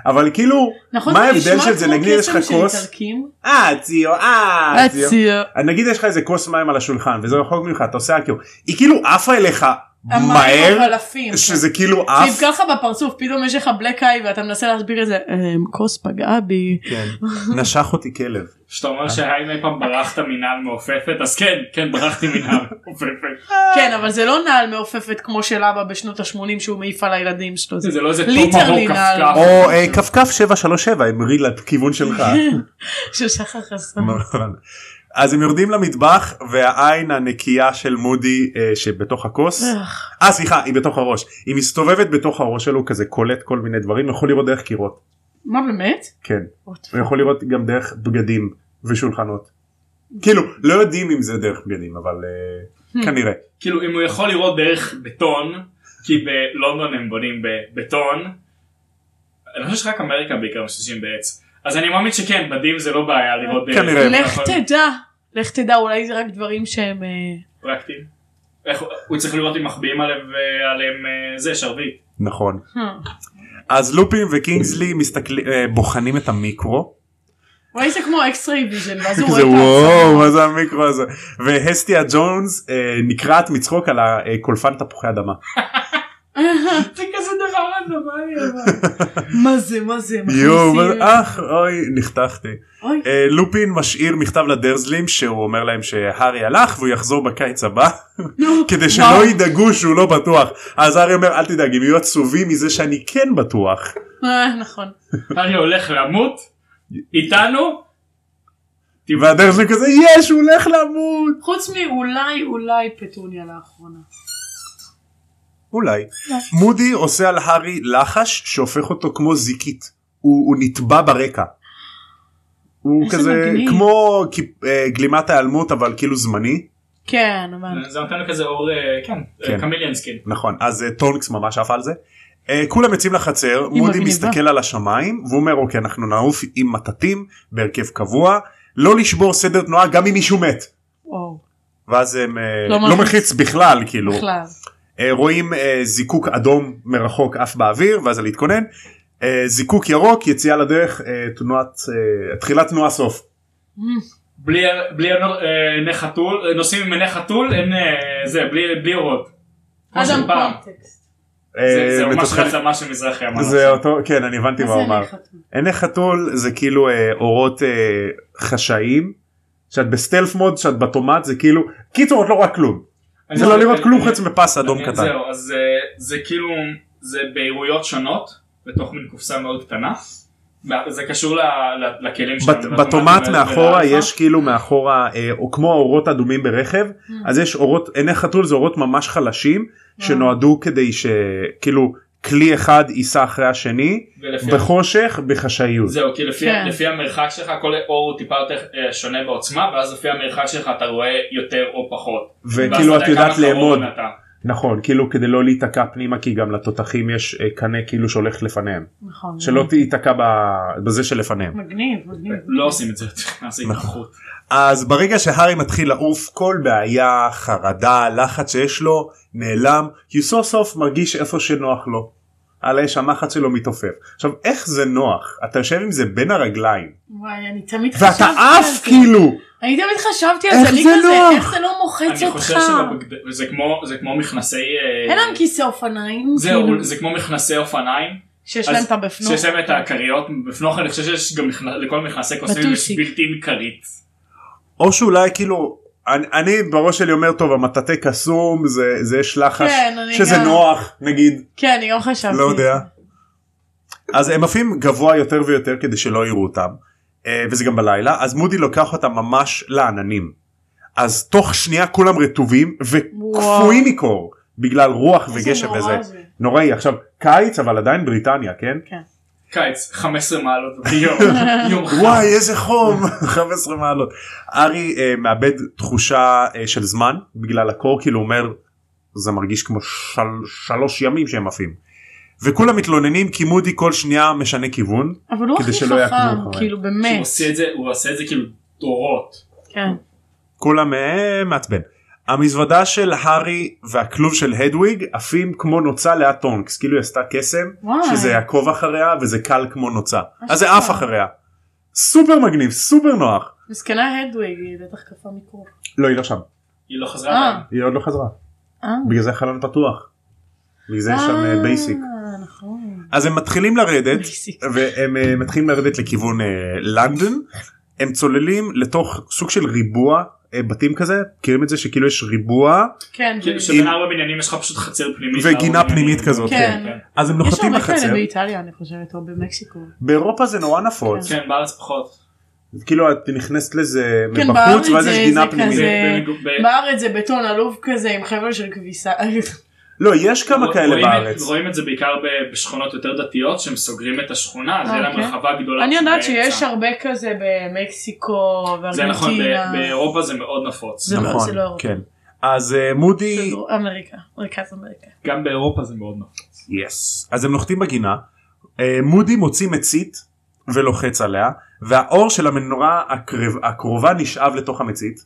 [SPEAKER 3] אבל כאילו
[SPEAKER 1] נכון,
[SPEAKER 3] מה
[SPEAKER 1] זה
[SPEAKER 3] ההבדל
[SPEAKER 1] נשמע
[SPEAKER 3] של זה
[SPEAKER 1] כמו
[SPEAKER 3] נגיד יש לך
[SPEAKER 1] קסם של
[SPEAKER 3] כוס
[SPEAKER 1] איטלקים?
[SPEAKER 3] אה ציו אה
[SPEAKER 1] אה,
[SPEAKER 3] ציו
[SPEAKER 1] ציון.
[SPEAKER 3] אז נגיד יש לך איזה כוס מים על השולחן וזה רחוק ממך אתה עושה אקיו היא כאילו עפה אליך
[SPEAKER 1] המים
[SPEAKER 3] מהר
[SPEAKER 1] החלפים.
[SPEAKER 3] שזה כאילו עף.
[SPEAKER 1] שיפגע כן. לך בפרצוף, פתאום יש לך בלק איי ואתה מנסה להסביר את זה, "אמ, כוס פגעה בי.
[SPEAKER 3] כן. נשך אותי כלב.
[SPEAKER 2] שאתה אומר שהאם אי פעם ברחת מנעל מעופפת אז כן כן ברחתי מנעל מעופפת.
[SPEAKER 1] כן, אבל זה לא נעל מעופפת כמו של אבא בשנות ה-80 שהוא מעיף על הילדים שלו. זה-
[SPEAKER 2] זה לא איזה
[SPEAKER 1] ליטרלי
[SPEAKER 2] טומהוק
[SPEAKER 1] נעל.
[SPEAKER 2] קפקף.
[SPEAKER 3] או אה, כפכף 737 המריא לכיוון שלך.
[SPEAKER 1] כן. ששחר חסון.
[SPEAKER 3] נכון. אז הם יורדים למטבח והעין הנקייה של מודי אה, שבתוך הכוס
[SPEAKER 1] איך,
[SPEAKER 3] אה סליחה היא בתוך הראש היא מסתובבת בתוך הראש שלו כזה קולט כל מיני דברים הוא יכול לראות דרך קירות
[SPEAKER 1] מה באמת?
[SPEAKER 3] כן הוא יכול לראות גם דרך בגדים ושולחנות כאילו לא יודעים אם זה דרך בגדים אבל
[SPEAKER 1] Hmm.
[SPEAKER 3] אה, כנראה
[SPEAKER 2] כאילו אם הוא יכול לראות דרך בטון כי בלונדון הם בונים בבטון. אני חושב שרק אמריקה בעיקר משתמשים בעץ. אז אני מאמין שכן בדים זה לא בעיה לראות דרך.
[SPEAKER 3] כנראה.
[SPEAKER 1] לך תדע, לך תדע, אולי זה רק דברים שהם... אה,
[SPEAKER 2] פרקטיים. איך- הוא צריך לראות אם מחביאים עליהם אה, עליהם אה, זה שרביט.
[SPEAKER 3] נכון
[SPEAKER 1] הם.
[SPEAKER 3] אז לופין וקינגסלי מסתכלים אה, בוחנים את המיקרו
[SPEAKER 1] אולי זה כמו אקסטרי ויז'ן, ואז הוא רואה את
[SPEAKER 3] זה וואו
[SPEAKER 1] העצמה.
[SPEAKER 3] מה זה המיקרו הזה והסטיה ג'ונס אה, נקרעת מצחוק על הקולפן תפוחי אדמה
[SPEAKER 2] זה כזה דבר רנדומלי אבל.
[SPEAKER 1] מה זה, מה זה, מה
[SPEAKER 3] יואו
[SPEAKER 1] זה?
[SPEAKER 3] מה- אך אוי נחתכתי
[SPEAKER 1] אוי,
[SPEAKER 3] אה, לופין משאיר מכתב לדרזלים שהוא אומר להם שהארי הלך והוא יחזור בקיץ הבא
[SPEAKER 1] נו,
[SPEAKER 3] כדי
[SPEAKER 1] וואו.
[SPEAKER 3] שלא ידאגו שהוא לא בטוח אז הארי אומר אל תדאג הם יהיו עצובים מזה שאני כן בטוח
[SPEAKER 1] אה, נכון.
[SPEAKER 2] הארי הולך למות איתנו.
[SPEAKER 3] והדרזלים כזה יש הוא הולך למות
[SPEAKER 1] חוץ מאולי אולי פטוניה לאחרונה.
[SPEAKER 3] אולי
[SPEAKER 1] לא.
[SPEAKER 3] מודי עושה על הארי לחש שהופך אותו כמו זיקית הוא, הוא נטבע ברקע. הוא
[SPEAKER 1] איזה
[SPEAKER 3] כזה
[SPEAKER 1] מגניב.
[SPEAKER 3] כמו כיפ- אה, גלימת ההיעלמות אבל כאילו זמני
[SPEAKER 1] כן, אבל...
[SPEAKER 2] זה נותן לו כזה אור אה, כן
[SPEAKER 3] כן.
[SPEAKER 2] קמיליאן סקין.
[SPEAKER 3] נכון אז אה, טונקס ממש עף על זה. אה, כולם יוצאים לחצר מודי
[SPEAKER 1] הגניבה.
[SPEAKER 3] מסתכל על השמיים והוא אומר אוקיי אנחנו נעוף עם מטאטים בהרכב קבוע לא לשבור סדר תנועה גם אם מישהו מת.
[SPEAKER 1] וואו,
[SPEAKER 3] ואז הם אה,
[SPEAKER 1] לא
[SPEAKER 3] לא
[SPEAKER 1] מלחיץ.
[SPEAKER 3] מלחיץ בכלל כאילו
[SPEAKER 1] בכלל.
[SPEAKER 3] אה, רואים אה, זיקוק אדום מרחוק עף באוויר ואז להתכונן אה, זיקוק ירוק יציאה לדרך אה, תנועת אה, תחילת תנועה סוף
[SPEAKER 2] בלי בלי אה, עיני חתול אה, נוסעים עם עיני חתול אין אה, זה בלי בלי אורות. כמו של
[SPEAKER 1] אדם
[SPEAKER 2] פעם.
[SPEAKER 1] קונטקסט.
[SPEAKER 2] זה זה
[SPEAKER 3] אה,
[SPEAKER 2] ממש
[SPEAKER 3] מתותחנים-
[SPEAKER 2] חצמה של מזרחי אמרנו.
[SPEAKER 3] זה אותו כן אני הבנתי
[SPEAKER 1] מה
[SPEAKER 3] מה הוא אמר
[SPEAKER 1] זה נחתום?
[SPEAKER 3] עיני חתול זה כאילו אה, אורות אה, חשאיים שאת בסטלף מוד שאת בתומט זה כאילו קיצור את לא רואה כלום
[SPEAKER 2] אני
[SPEAKER 3] זה
[SPEAKER 2] חושב-
[SPEAKER 3] לא לראות כלום
[SPEAKER 2] אני-
[SPEAKER 3] חוץ מפס אדום
[SPEAKER 2] אני-
[SPEAKER 3] קטן
[SPEAKER 2] זהו אז אה, זה כאילו זה בהירויות שונות בתוך מין קופסה מאוד קטנה. זה קשור ל- ל- לכלים
[SPEAKER 3] בת-
[SPEAKER 2] שלנו.
[SPEAKER 3] בתומט
[SPEAKER 2] והאלפא.
[SPEAKER 3] מאחורה יש כאילו מאחורה אה, או כמו האורות האדומים ברכב
[SPEAKER 1] Mm.
[SPEAKER 3] אז יש אורות עיני חתול זה אורות ממש חלשים
[SPEAKER 2] אה.
[SPEAKER 3] שנועדו כדי שכאילו כלי אחד ייסע אחרי השני
[SPEAKER 2] ולפי-
[SPEAKER 3] בחושך בחשאיות
[SPEAKER 2] זהו כי לפי,
[SPEAKER 1] כן.
[SPEAKER 2] לפי המרחק שלך כל אור הוא טיפה יותר אה, שונה בעוצמה ואז לפי המרחק שלך אתה רואה יותר או פחות.
[SPEAKER 3] וכאילו
[SPEAKER 2] ואז
[SPEAKER 3] כן, כאילו, את
[SPEAKER 2] אתה יודע
[SPEAKER 3] יודעת
[SPEAKER 2] כמה קרוב
[SPEAKER 3] לאמוד
[SPEAKER 2] אתה.
[SPEAKER 3] נכון כאילו כדי לא להיתקע פנימה כי גם לתותחים יש אה, קנה כאילו שהולך לפניהם
[SPEAKER 1] נכון.
[SPEAKER 3] שלא תיתקע ב- בזה שלפניהם.
[SPEAKER 1] מגניב, מגניב.
[SPEAKER 2] לא עושים את זה יותר, נעשה
[SPEAKER 3] נכון.
[SPEAKER 2] התמחות.
[SPEAKER 3] אז ברגע שהארי מתחיל לעוף כל בעיה חרדה לחץ שיש לו נעלם כי הוא סוף סוף מרגיש איפה שנוח לו. על האש המחץ שלו מתעופף. עכשיו איך זה נוח אתה יושב עם זה בין הרגליים
[SPEAKER 1] וואי, אני תמיד חשבתי
[SPEAKER 3] ואתה
[SPEAKER 1] על זה.
[SPEAKER 3] עף כאילו
[SPEAKER 1] אני תמיד חשבתי על
[SPEAKER 3] איך
[SPEAKER 1] זה, אני
[SPEAKER 3] זה
[SPEAKER 1] כזה,
[SPEAKER 3] נוח?
[SPEAKER 1] איך זה לא מוחץ
[SPEAKER 2] אני חושב
[SPEAKER 1] אותך?
[SPEAKER 2] שבבגד- זה כמו זה כמו מכנסי אה,
[SPEAKER 1] אין להם כיסא אופניים,
[SPEAKER 2] זהו
[SPEAKER 1] כאילו,
[SPEAKER 2] זה כמו מכנסי אופניים
[SPEAKER 1] שיש
[SPEAKER 2] אז
[SPEAKER 1] להם את הבפנוך.
[SPEAKER 2] שיש להם את הכריות בפנוך אני חושב שיש גם מכנ- לכל מכנסי קוסמים יש
[SPEAKER 1] בטוסיק.
[SPEAKER 2] בלתי עם כרית.
[SPEAKER 3] או שאולי כאילו אני, אני בראש שלי אומר טוב המטאטא קסום זה זה יש לחש
[SPEAKER 1] כן, אני
[SPEAKER 3] שזה
[SPEAKER 1] גם-
[SPEAKER 3] נוח נגיד
[SPEAKER 1] כן, אני גם חשבתי.
[SPEAKER 3] לא יודע.
[SPEAKER 1] על זה.
[SPEAKER 3] אז הם עפים גבוה יותר ויותר כדי שלא יראו אותם אה, וזה גם בלילה אז מודי לוקח אותם ממש לעננים אז תוך שנייה כולם רטובים וקפואים
[SPEAKER 1] וואו.
[SPEAKER 3] מקור בגלל רוח
[SPEAKER 1] איזה
[SPEAKER 3] וגשם
[SPEAKER 1] נורא
[SPEAKER 3] וזה
[SPEAKER 1] זה.
[SPEAKER 3] נוראי עכשיו קיץ אבל עדיין בריטניה כן
[SPEAKER 1] כן.
[SPEAKER 2] קיץ 15 מעלות ביום יום חם
[SPEAKER 3] וואי איזה חום 15 מעלות. ארי אה, מאבד תחושה אה, של זמן בגלל הקור כאילו הוא אומר זה מרגיש כמו של, שלוש ימים שהם עפים. וכולם מתלוננים כי מודי כל שנייה משנה כיוון
[SPEAKER 1] אבל הוא
[SPEAKER 3] כדי
[SPEAKER 1] הכי
[SPEAKER 3] שלא כן. יעקבו
[SPEAKER 1] חכם,
[SPEAKER 3] אחריי.
[SPEAKER 1] כאילו
[SPEAKER 2] הוא
[SPEAKER 1] באמת.
[SPEAKER 2] עושה את זה הוא עושה את זה כאילו דורות
[SPEAKER 1] כן.
[SPEAKER 3] כולם אה, מעצבן. המזוודה של הארי והכלוב של הדוויג עפים כמו נוצה ליד טונקס כאילו היא עשתה קסם
[SPEAKER 1] וואי.
[SPEAKER 3] שזה יעקוב אחריה וזה קל כמו נוצה אז זה
[SPEAKER 1] שטוב.
[SPEAKER 3] עף אחריה. סופר מגניב סופר נוח.
[SPEAKER 1] מסכנה הדוויג, היא בטח קפה מיקרופ.
[SPEAKER 3] לא היא לא שם
[SPEAKER 2] היא לא חזרה
[SPEAKER 1] אה.
[SPEAKER 2] עדיין.
[SPEAKER 3] היא עוד לא חזרה.
[SPEAKER 1] אה.
[SPEAKER 3] בגלל זה חלון פתוח. בגלל זה יש שם אה, כן.
[SPEAKER 1] אה,
[SPEAKER 3] בייסיק.
[SPEAKER 1] נכון.
[SPEAKER 3] אז הם מתחילים לרדת
[SPEAKER 1] בייסיק.
[SPEAKER 3] והם אה, מתחילים לרדת לכיוון אה, לונדון. הם צוללים לתוך סוג של ריבוע אה, בתים כזה מכירים את זה שכאילו יש ריבוע
[SPEAKER 1] כן,
[SPEAKER 2] כאילו
[SPEAKER 1] ב-
[SPEAKER 2] שבין
[SPEAKER 3] עם-
[SPEAKER 2] ארבע בניינים יש לך פשוט חצר פנימית
[SPEAKER 3] וגינה
[SPEAKER 2] לארבע בניינים.
[SPEAKER 3] פנימית כזאת,
[SPEAKER 1] כן.
[SPEAKER 3] אז הם
[SPEAKER 1] יש
[SPEAKER 3] נוחתים
[SPEAKER 1] הרבה
[SPEAKER 3] בחצר
[SPEAKER 1] כאלה כן, באיטליה אני חושבת, או במקסיקו.
[SPEAKER 3] באירופה זה נורא נפוץ
[SPEAKER 2] כן בארץ פחות.
[SPEAKER 3] כאילו את נכנסת לזה
[SPEAKER 1] כן,
[SPEAKER 3] מבחוץ
[SPEAKER 1] בארץ
[SPEAKER 3] ואז
[SPEAKER 1] זה-
[SPEAKER 3] יש גינה
[SPEAKER 1] זה
[SPEAKER 3] פנימית.
[SPEAKER 1] כזה.
[SPEAKER 2] זה במג- ב-
[SPEAKER 1] בארץ זה בטון עלוב כזה עם חבל של כביסה.
[SPEAKER 3] לא יש כמה
[SPEAKER 2] רוא-
[SPEAKER 3] כאלה
[SPEAKER 2] רואים את-
[SPEAKER 3] בארץ.
[SPEAKER 2] רואים את זה בעיקר ב- בשכונות יותר דתיות שהם סוגרים את השכונה אז
[SPEAKER 1] אה,
[SPEAKER 2] יהיה להם
[SPEAKER 1] אוקיי.
[SPEAKER 2] רחבה גדולה.
[SPEAKER 1] אני יודעת
[SPEAKER 2] שבאמצע.
[SPEAKER 1] שיש הרבה כזה במקסיקו,
[SPEAKER 2] זה נכון
[SPEAKER 1] וארגנטינה.
[SPEAKER 2] ב- באירופה זה מאוד נפוץ.
[SPEAKER 1] זה לא-
[SPEAKER 3] נכון,
[SPEAKER 1] זה לא אירופה.
[SPEAKER 3] כן. אז אה, מודי
[SPEAKER 1] של אמריקה, מרכז אמריקה.
[SPEAKER 2] גם באירופה זה מאוד נפוץ.
[SPEAKER 3] יס. אז הם נוחתים בגינה, אה, מודי מוציא מצית ולוחץ עליה, והאור של המנורה הקרב, הקרובה נשאב לתוך המצית,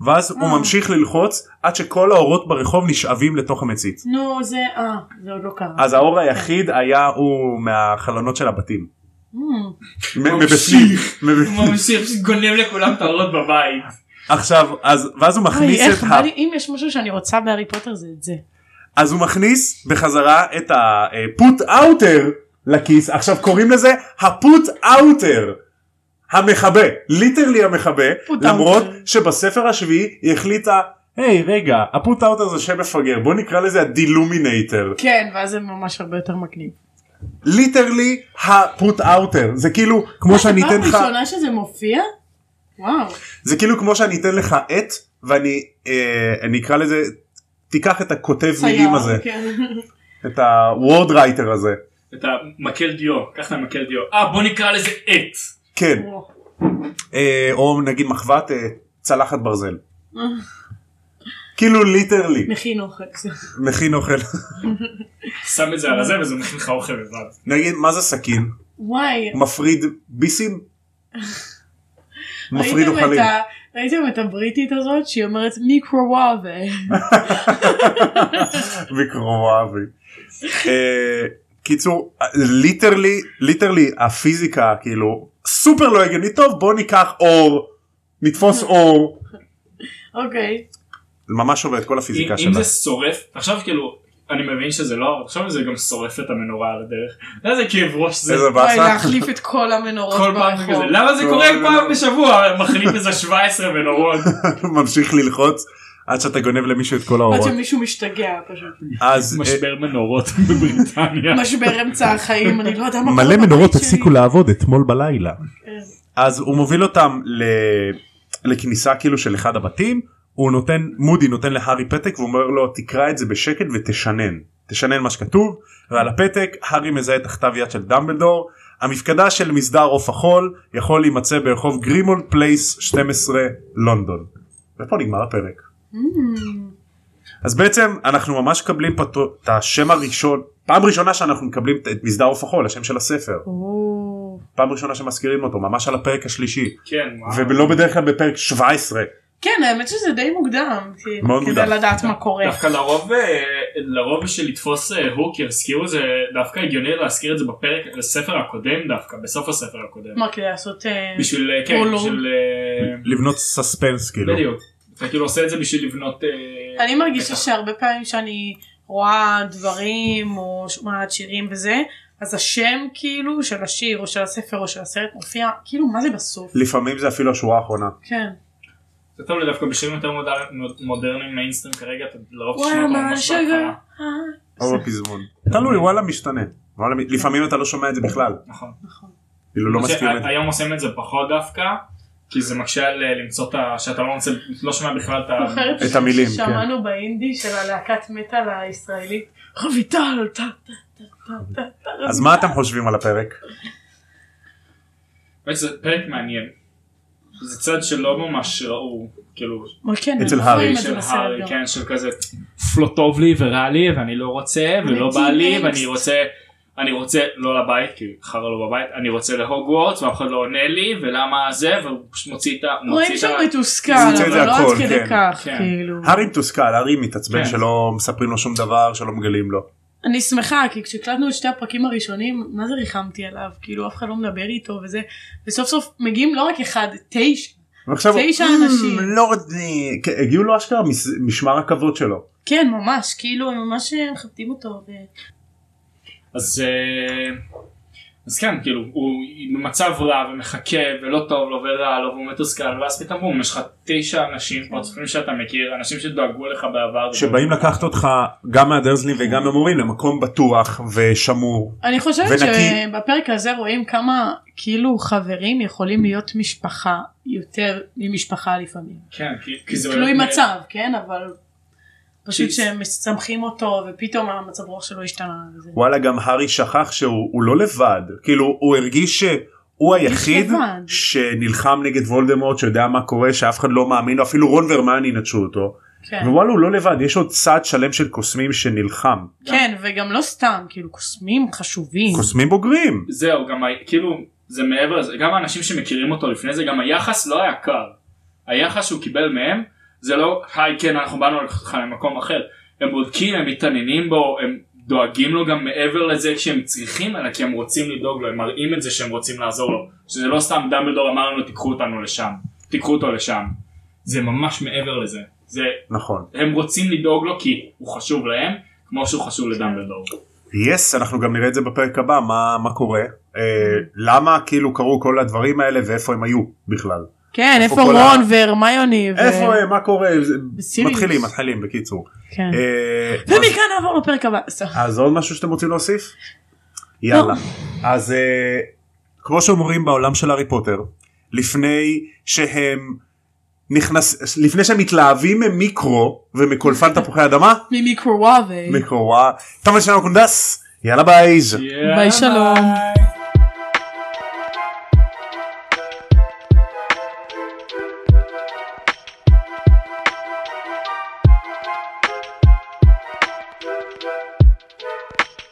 [SPEAKER 3] ואז הוא
[SPEAKER 1] אה.
[SPEAKER 3] ממשיך ללחוץ עד שכל האורות ברחוב נשאבים לתוך המצית.
[SPEAKER 1] נו זה, אה, זה עוד לא קרה.
[SPEAKER 3] אז האור היחיד היה הוא מהחלונות של הבתים.
[SPEAKER 1] Mm,
[SPEAKER 3] מ- מבפנים.
[SPEAKER 2] ממשיך.
[SPEAKER 3] מבפנים.
[SPEAKER 2] הוא ממשיך פשוט גונב לכולם את האורות בבית.
[SPEAKER 3] עכשיו, אז, ואז הוא מכניס
[SPEAKER 1] אוי, איך,
[SPEAKER 3] את ה...
[SPEAKER 1] בא לי- אם יש משהו שאני רוצה בהארי פוטר זה את זה.
[SPEAKER 3] אז הוא מכניס בחזרה את הפוט אאוטר לכיס עכשיו קוראים לזה הפוט אאוטר. המכבה ליטרלי המכבה
[SPEAKER 1] Put
[SPEAKER 3] למרות
[SPEAKER 1] outer.
[SPEAKER 3] שבספר השביעי היא החליטה היי רגע הפוט אאוטר זה שם מפגר בוא נקרא לזה הדילומינטר
[SPEAKER 1] כן, ואז זה ממש הרבה יותר מגניב.
[SPEAKER 3] ליטרלי הפוט אאוטר זה כאילו כמו שאני אתן לך
[SPEAKER 1] פעם ראשונה שזה מופיע? וואו.
[SPEAKER 3] זה כאילו כמו שאני אתן לך עט ואני אה, אני אקרא לזה תיקח את הכותב מילים
[SPEAKER 1] צייר,
[SPEAKER 3] הזה
[SPEAKER 1] כן.
[SPEAKER 3] את הוורד רייטר הזה
[SPEAKER 2] את המקל דיו, קח את המקל דיו. אה בוא נקרא לזה עט.
[SPEAKER 3] כן
[SPEAKER 1] וואו.
[SPEAKER 3] אה, או נגיד מחבת אה, צלחת ברזל. כאילו ליטרלי
[SPEAKER 1] מכין אוכל.
[SPEAKER 3] מכין אוכל
[SPEAKER 2] שם את זה על הזה וזה מכין לך אוכל לבד.
[SPEAKER 3] נגיד מה זה סכין
[SPEAKER 1] וואי.
[SPEAKER 3] מפריד ביסים מפריד
[SPEAKER 1] ראיתם
[SPEAKER 3] אוכלים
[SPEAKER 1] את ה- ראיתם את הבריטית הזאת שהיא אומרת מיקרוואבה.
[SPEAKER 3] וקרואבי. אה, קיצור ליטרלי ליטרלי הפיזיקה כאילו סופר לא הגיוני טוב בוא ניקח אור נתפוס אור
[SPEAKER 1] אוקיי.
[SPEAKER 3] זה ממש עובד כל הפיזיקה
[SPEAKER 2] אם- אם
[SPEAKER 3] שלה
[SPEAKER 2] זה שורף, עכשיו כאילו, אני מבין שזה לא, אבל עכשיו זה גם שורף את המנורה על הדרך. איזה כאב ראש זה.
[SPEAKER 3] איזה
[SPEAKER 1] וואי
[SPEAKER 3] באסה
[SPEAKER 1] להחליף את כל המנורות
[SPEAKER 2] כל פעם כזה,
[SPEAKER 1] ברחוב.
[SPEAKER 2] למה זה
[SPEAKER 3] כל
[SPEAKER 2] קורה
[SPEAKER 3] המנורה.
[SPEAKER 2] פעם בשבוע? מחליף איזה 17 מנורות.
[SPEAKER 3] ממשיך ללחוץ עד שאתה גונב למישהו את כל
[SPEAKER 1] עד
[SPEAKER 3] האורות
[SPEAKER 1] שמישהו משתגע פשוט.
[SPEAKER 3] אז אה,
[SPEAKER 2] משבר מנורות בבריטניה.
[SPEAKER 1] משבר אמצע החיים, אני לא יודע מה
[SPEAKER 3] מלא
[SPEAKER 1] קורה
[SPEAKER 3] מנורות
[SPEAKER 1] בבית שלי.
[SPEAKER 3] הפסיקו לעבוד אתמול בלילה.
[SPEAKER 1] כן.
[SPEAKER 3] אז הוא מוביל אותם ל... לכניסה כאילו של אחד הבתים, הוא נותן, מודי נותן להארי פתק ואומר לו תקרא את זה בשקט ותשנן, תשנן מה שכתוב, ועל הפתק הארי מזהה את הכתב יד של דמבלדור, המפקדה של מסדר עוף החול יכול להימצא ברחוב גרימולד פלייס 12 לונדון. ופה נגמר הפרק.
[SPEAKER 1] Mm.
[SPEAKER 3] אז בעצם אנחנו ממש מקבלים פתו- את השם הראשון, פעם ראשונה שאנחנו מקבלים את מסדר עוף החול, השם של הספר.
[SPEAKER 1] או.
[SPEAKER 3] פעם ראשונה שמזכירים אותו ממש על הפרק השלישי
[SPEAKER 2] כן, וואו.
[SPEAKER 3] ולא בדרך כלל בפרק 17
[SPEAKER 1] כן האמת שזה די מוקדם כי-
[SPEAKER 3] מאוד
[SPEAKER 1] כדי
[SPEAKER 3] מוקדם.
[SPEAKER 1] לדעת מה קורה.
[SPEAKER 2] דווקא לרוב אה, לרוב של לתפוס אה, הוק יזכירו זה דווקא הגיוני להזכיר את זה בפרק בספר הקודם דווקא בסוף הספר הקודם
[SPEAKER 1] מה כדי לעשות אה,
[SPEAKER 2] בשביל אה, כן
[SPEAKER 1] או לא.
[SPEAKER 2] בשביל אה,
[SPEAKER 3] לבנות סספנס כאילו
[SPEAKER 2] בדיוק אתה כאילו עושה את זה בשביל לבנות אה,
[SPEAKER 1] אני מרגישה
[SPEAKER 2] בטח.
[SPEAKER 1] שהרבה פעמים שאני רואה דברים או שומעת שירים וזה אז השם כאילו של השיר או של הספר או של הסרט מופיע כאילו מה זה בסוף.
[SPEAKER 3] לפעמים זה אפילו השורה האחרונה
[SPEAKER 1] כן.
[SPEAKER 2] זה טוב לי דווקא בשירים יותר מודר- מוד- מודרניים מיינסטרים כרגע אתה לרוב תשמע אותו
[SPEAKER 1] וואלה
[SPEAKER 2] ממש
[SPEAKER 1] שגר.
[SPEAKER 2] בהתחלה.
[SPEAKER 3] או בפזמון תלוי וואלה משתנה וואלה, מ- לפעמים אתה לא שומע את זה בכלל
[SPEAKER 2] נכון.
[SPEAKER 3] כאילו לא
[SPEAKER 2] זה-
[SPEAKER 3] מסכים את זה.
[SPEAKER 2] היום עושים את זה פחות דווקא כי זה מקשה על אה, למצוא את ה... שאתה לא מוצא לא שומע בכלל את ה...
[SPEAKER 1] זוכרת
[SPEAKER 3] את המילים, כן.
[SPEAKER 1] ששמענו באינדי של הלהקת מטאל הישראלית רויטל, טה, טה, טה, טה, טה, טה,
[SPEAKER 3] אז מה אתם חושבים על הפרק?
[SPEAKER 2] באמת זה פרק מעניין. זה צד שלא ממש ראו, כאילו,
[SPEAKER 1] מה כן,
[SPEAKER 3] אצל
[SPEAKER 1] אנחנו רואים
[SPEAKER 3] הארי.
[SPEAKER 1] את זה
[SPEAKER 2] של
[SPEAKER 1] בסרט
[SPEAKER 2] הארי,
[SPEAKER 1] גם.
[SPEAKER 2] כן, של כזה, לא טוב לי ורע לי ואני לא רוצה ולא בא לי ואני רוצה, אני רוצה לא לבית, כי חרא לא בבית, אני רוצה להוגוורטס ואף אחד לא עונה לי ולמה זה, והוא פשוט מוציא את ה...
[SPEAKER 1] רואים
[SPEAKER 2] מוציא את
[SPEAKER 1] שהוא
[SPEAKER 2] ה-
[SPEAKER 1] מתוסכל,
[SPEAKER 3] זה מוצא את זה
[SPEAKER 1] אבל לא
[SPEAKER 3] הכל,
[SPEAKER 1] עד כדי
[SPEAKER 3] כן.
[SPEAKER 1] כך,
[SPEAKER 2] כן.
[SPEAKER 1] כאילו.
[SPEAKER 3] הארי מתוסכל, הארי מתעצבן
[SPEAKER 2] כן.
[SPEAKER 3] שלא מספרים לו שום דבר, שלא מגלים לו.
[SPEAKER 1] אני שמחה כי כשהקלטנו את שתי הפרקים הראשונים מה זה ריחמתי עליו כאילו אף אחד לא מדבר איתו וזה וסוף סוף מגיעים לא רק אחד תשע
[SPEAKER 3] ועכשיו הוא,
[SPEAKER 1] תשע
[SPEAKER 3] "אמ,
[SPEAKER 1] אנשים."
[SPEAKER 3] לא, אני- כן, הגיעו לו אשכרה מס- משמר הכבוד שלו.
[SPEAKER 1] כן ממש כאילו הם ממש אה, מכבדים אותו ו-
[SPEAKER 2] אז אה, אז כן כאילו הוא במצב רע ומחכה ולא טוב לו ורע לו והוא מתוסכל ואז פתאום בום יש לך תשע
[SPEAKER 1] כן.
[SPEAKER 2] אנשים פרצופים שאתה מכיר אנשים שדאגו לך בעבר
[SPEAKER 3] שבאים לקחת אותך גם מהדרזלים וגם מהמורים למקום בטוח ושמור.
[SPEAKER 1] אני חושבת
[SPEAKER 3] ונקי.
[SPEAKER 1] שבפרק הזה רואים כמה כאילו חברים יכולים להיות משפחה יותר ממשפחה לפעמים
[SPEAKER 2] כן כי- כי זה
[SPEAKER 1] תלוי
[SPEAKER 2] באמת-
[SPEAKER 1] מצב כן אבל פשוט
[SPEAKER 2] כי-
[SPEAKER 1] שהם מסמכים אותו ופתאום המצב רוח שלו השתנה וזה
[SPEAKER 3] וואלה גם הארי שכח שהוא הוא לא לבד כאילו הוא הרגיש שהוא היחיד
[SPEAKER 1] לבד.
[SPEAKER 3] שנלחם נגד וולדמורט שיודע מה קורה שאף אחד לא מאמין לו אפילו רון והרמני נטשו אותו
[SPEAKER 1] כן.
[SPEAKER 3] ווואלה הוא לא לבד יש עוד צד שלם של קוסמים שנלחם
[SPEAKER 1] כן וגם לא סתם כאילו קוסמים חשובים
[SPEAKER 3] קוסמים בוגרים
[SPEAKER 2] זהו גם ה- כאילו זה מעבר לזה גם האנשים שמכירים אותו לפני זה גם היחס לא היה קר היחס שהוא קיבל מהם זה לא היי כן אנחנו באנו לקחת אותך למקום אחר הם בודקים הם מתעניינים בו הם דואגים לו גם מעבר לזה כשהם צריכים אלא כי הם רוצים לדאוג לו הם מראים את זה שהם רוצים לעזור לו שזה לא סתם דמבלדור אמר לנו תיקחו אותנו לשם תיקחו אותו לשם זה ממש מעבר לזה זה
[SPEAKER 3] נכון
[SPEAKER 2] הם רוצים לדאוג לו כי הוא חשוב להם כמו שהוא חשוב לדמבלדור
[SPEAKER 3] יס yes, אנחנו גם נראה את זה בפרק הבא מה מה קורה אה, למה כאילו קרו כל הדברים האלה ואיפה הם היו בכלל
[SPEAKER 1] כן
[SPEAKER 3] איפה
[SPEAKER 1] איפה
[SPEAKER 3] כל
[SPEAKER 1] רון והרמיוני ו-
[SPEAKER 3] איפה הם מה קורה זה-
[SPEAKER 1] בסיריוס.
[SPEAKER 3] מתחילים מתחילים בקיצור.
[SPEAKER 1] כן.
[SPEAKER 3] אה, אז-
[SPEAKER 1] ומכאן נעבור לפרק הבא. סתם.
[SPEAKER 3] אז עוד משהו שאתם רוצים להוסיף? יאללה. אז אה, כמו שאומרים בעולם של הארי פוטר, לפני שהם נכנס... לפני שהם מתלהבים ממיקרו ומקולפן תפוחי אדמה,
[SPEAKER 1] ממיקרוואבי.
[SPEAKER 3] מיקרו וואה, תמל שלנו קונדס, יאללה ביי.
[SPEAKER 1] ביי, שלום.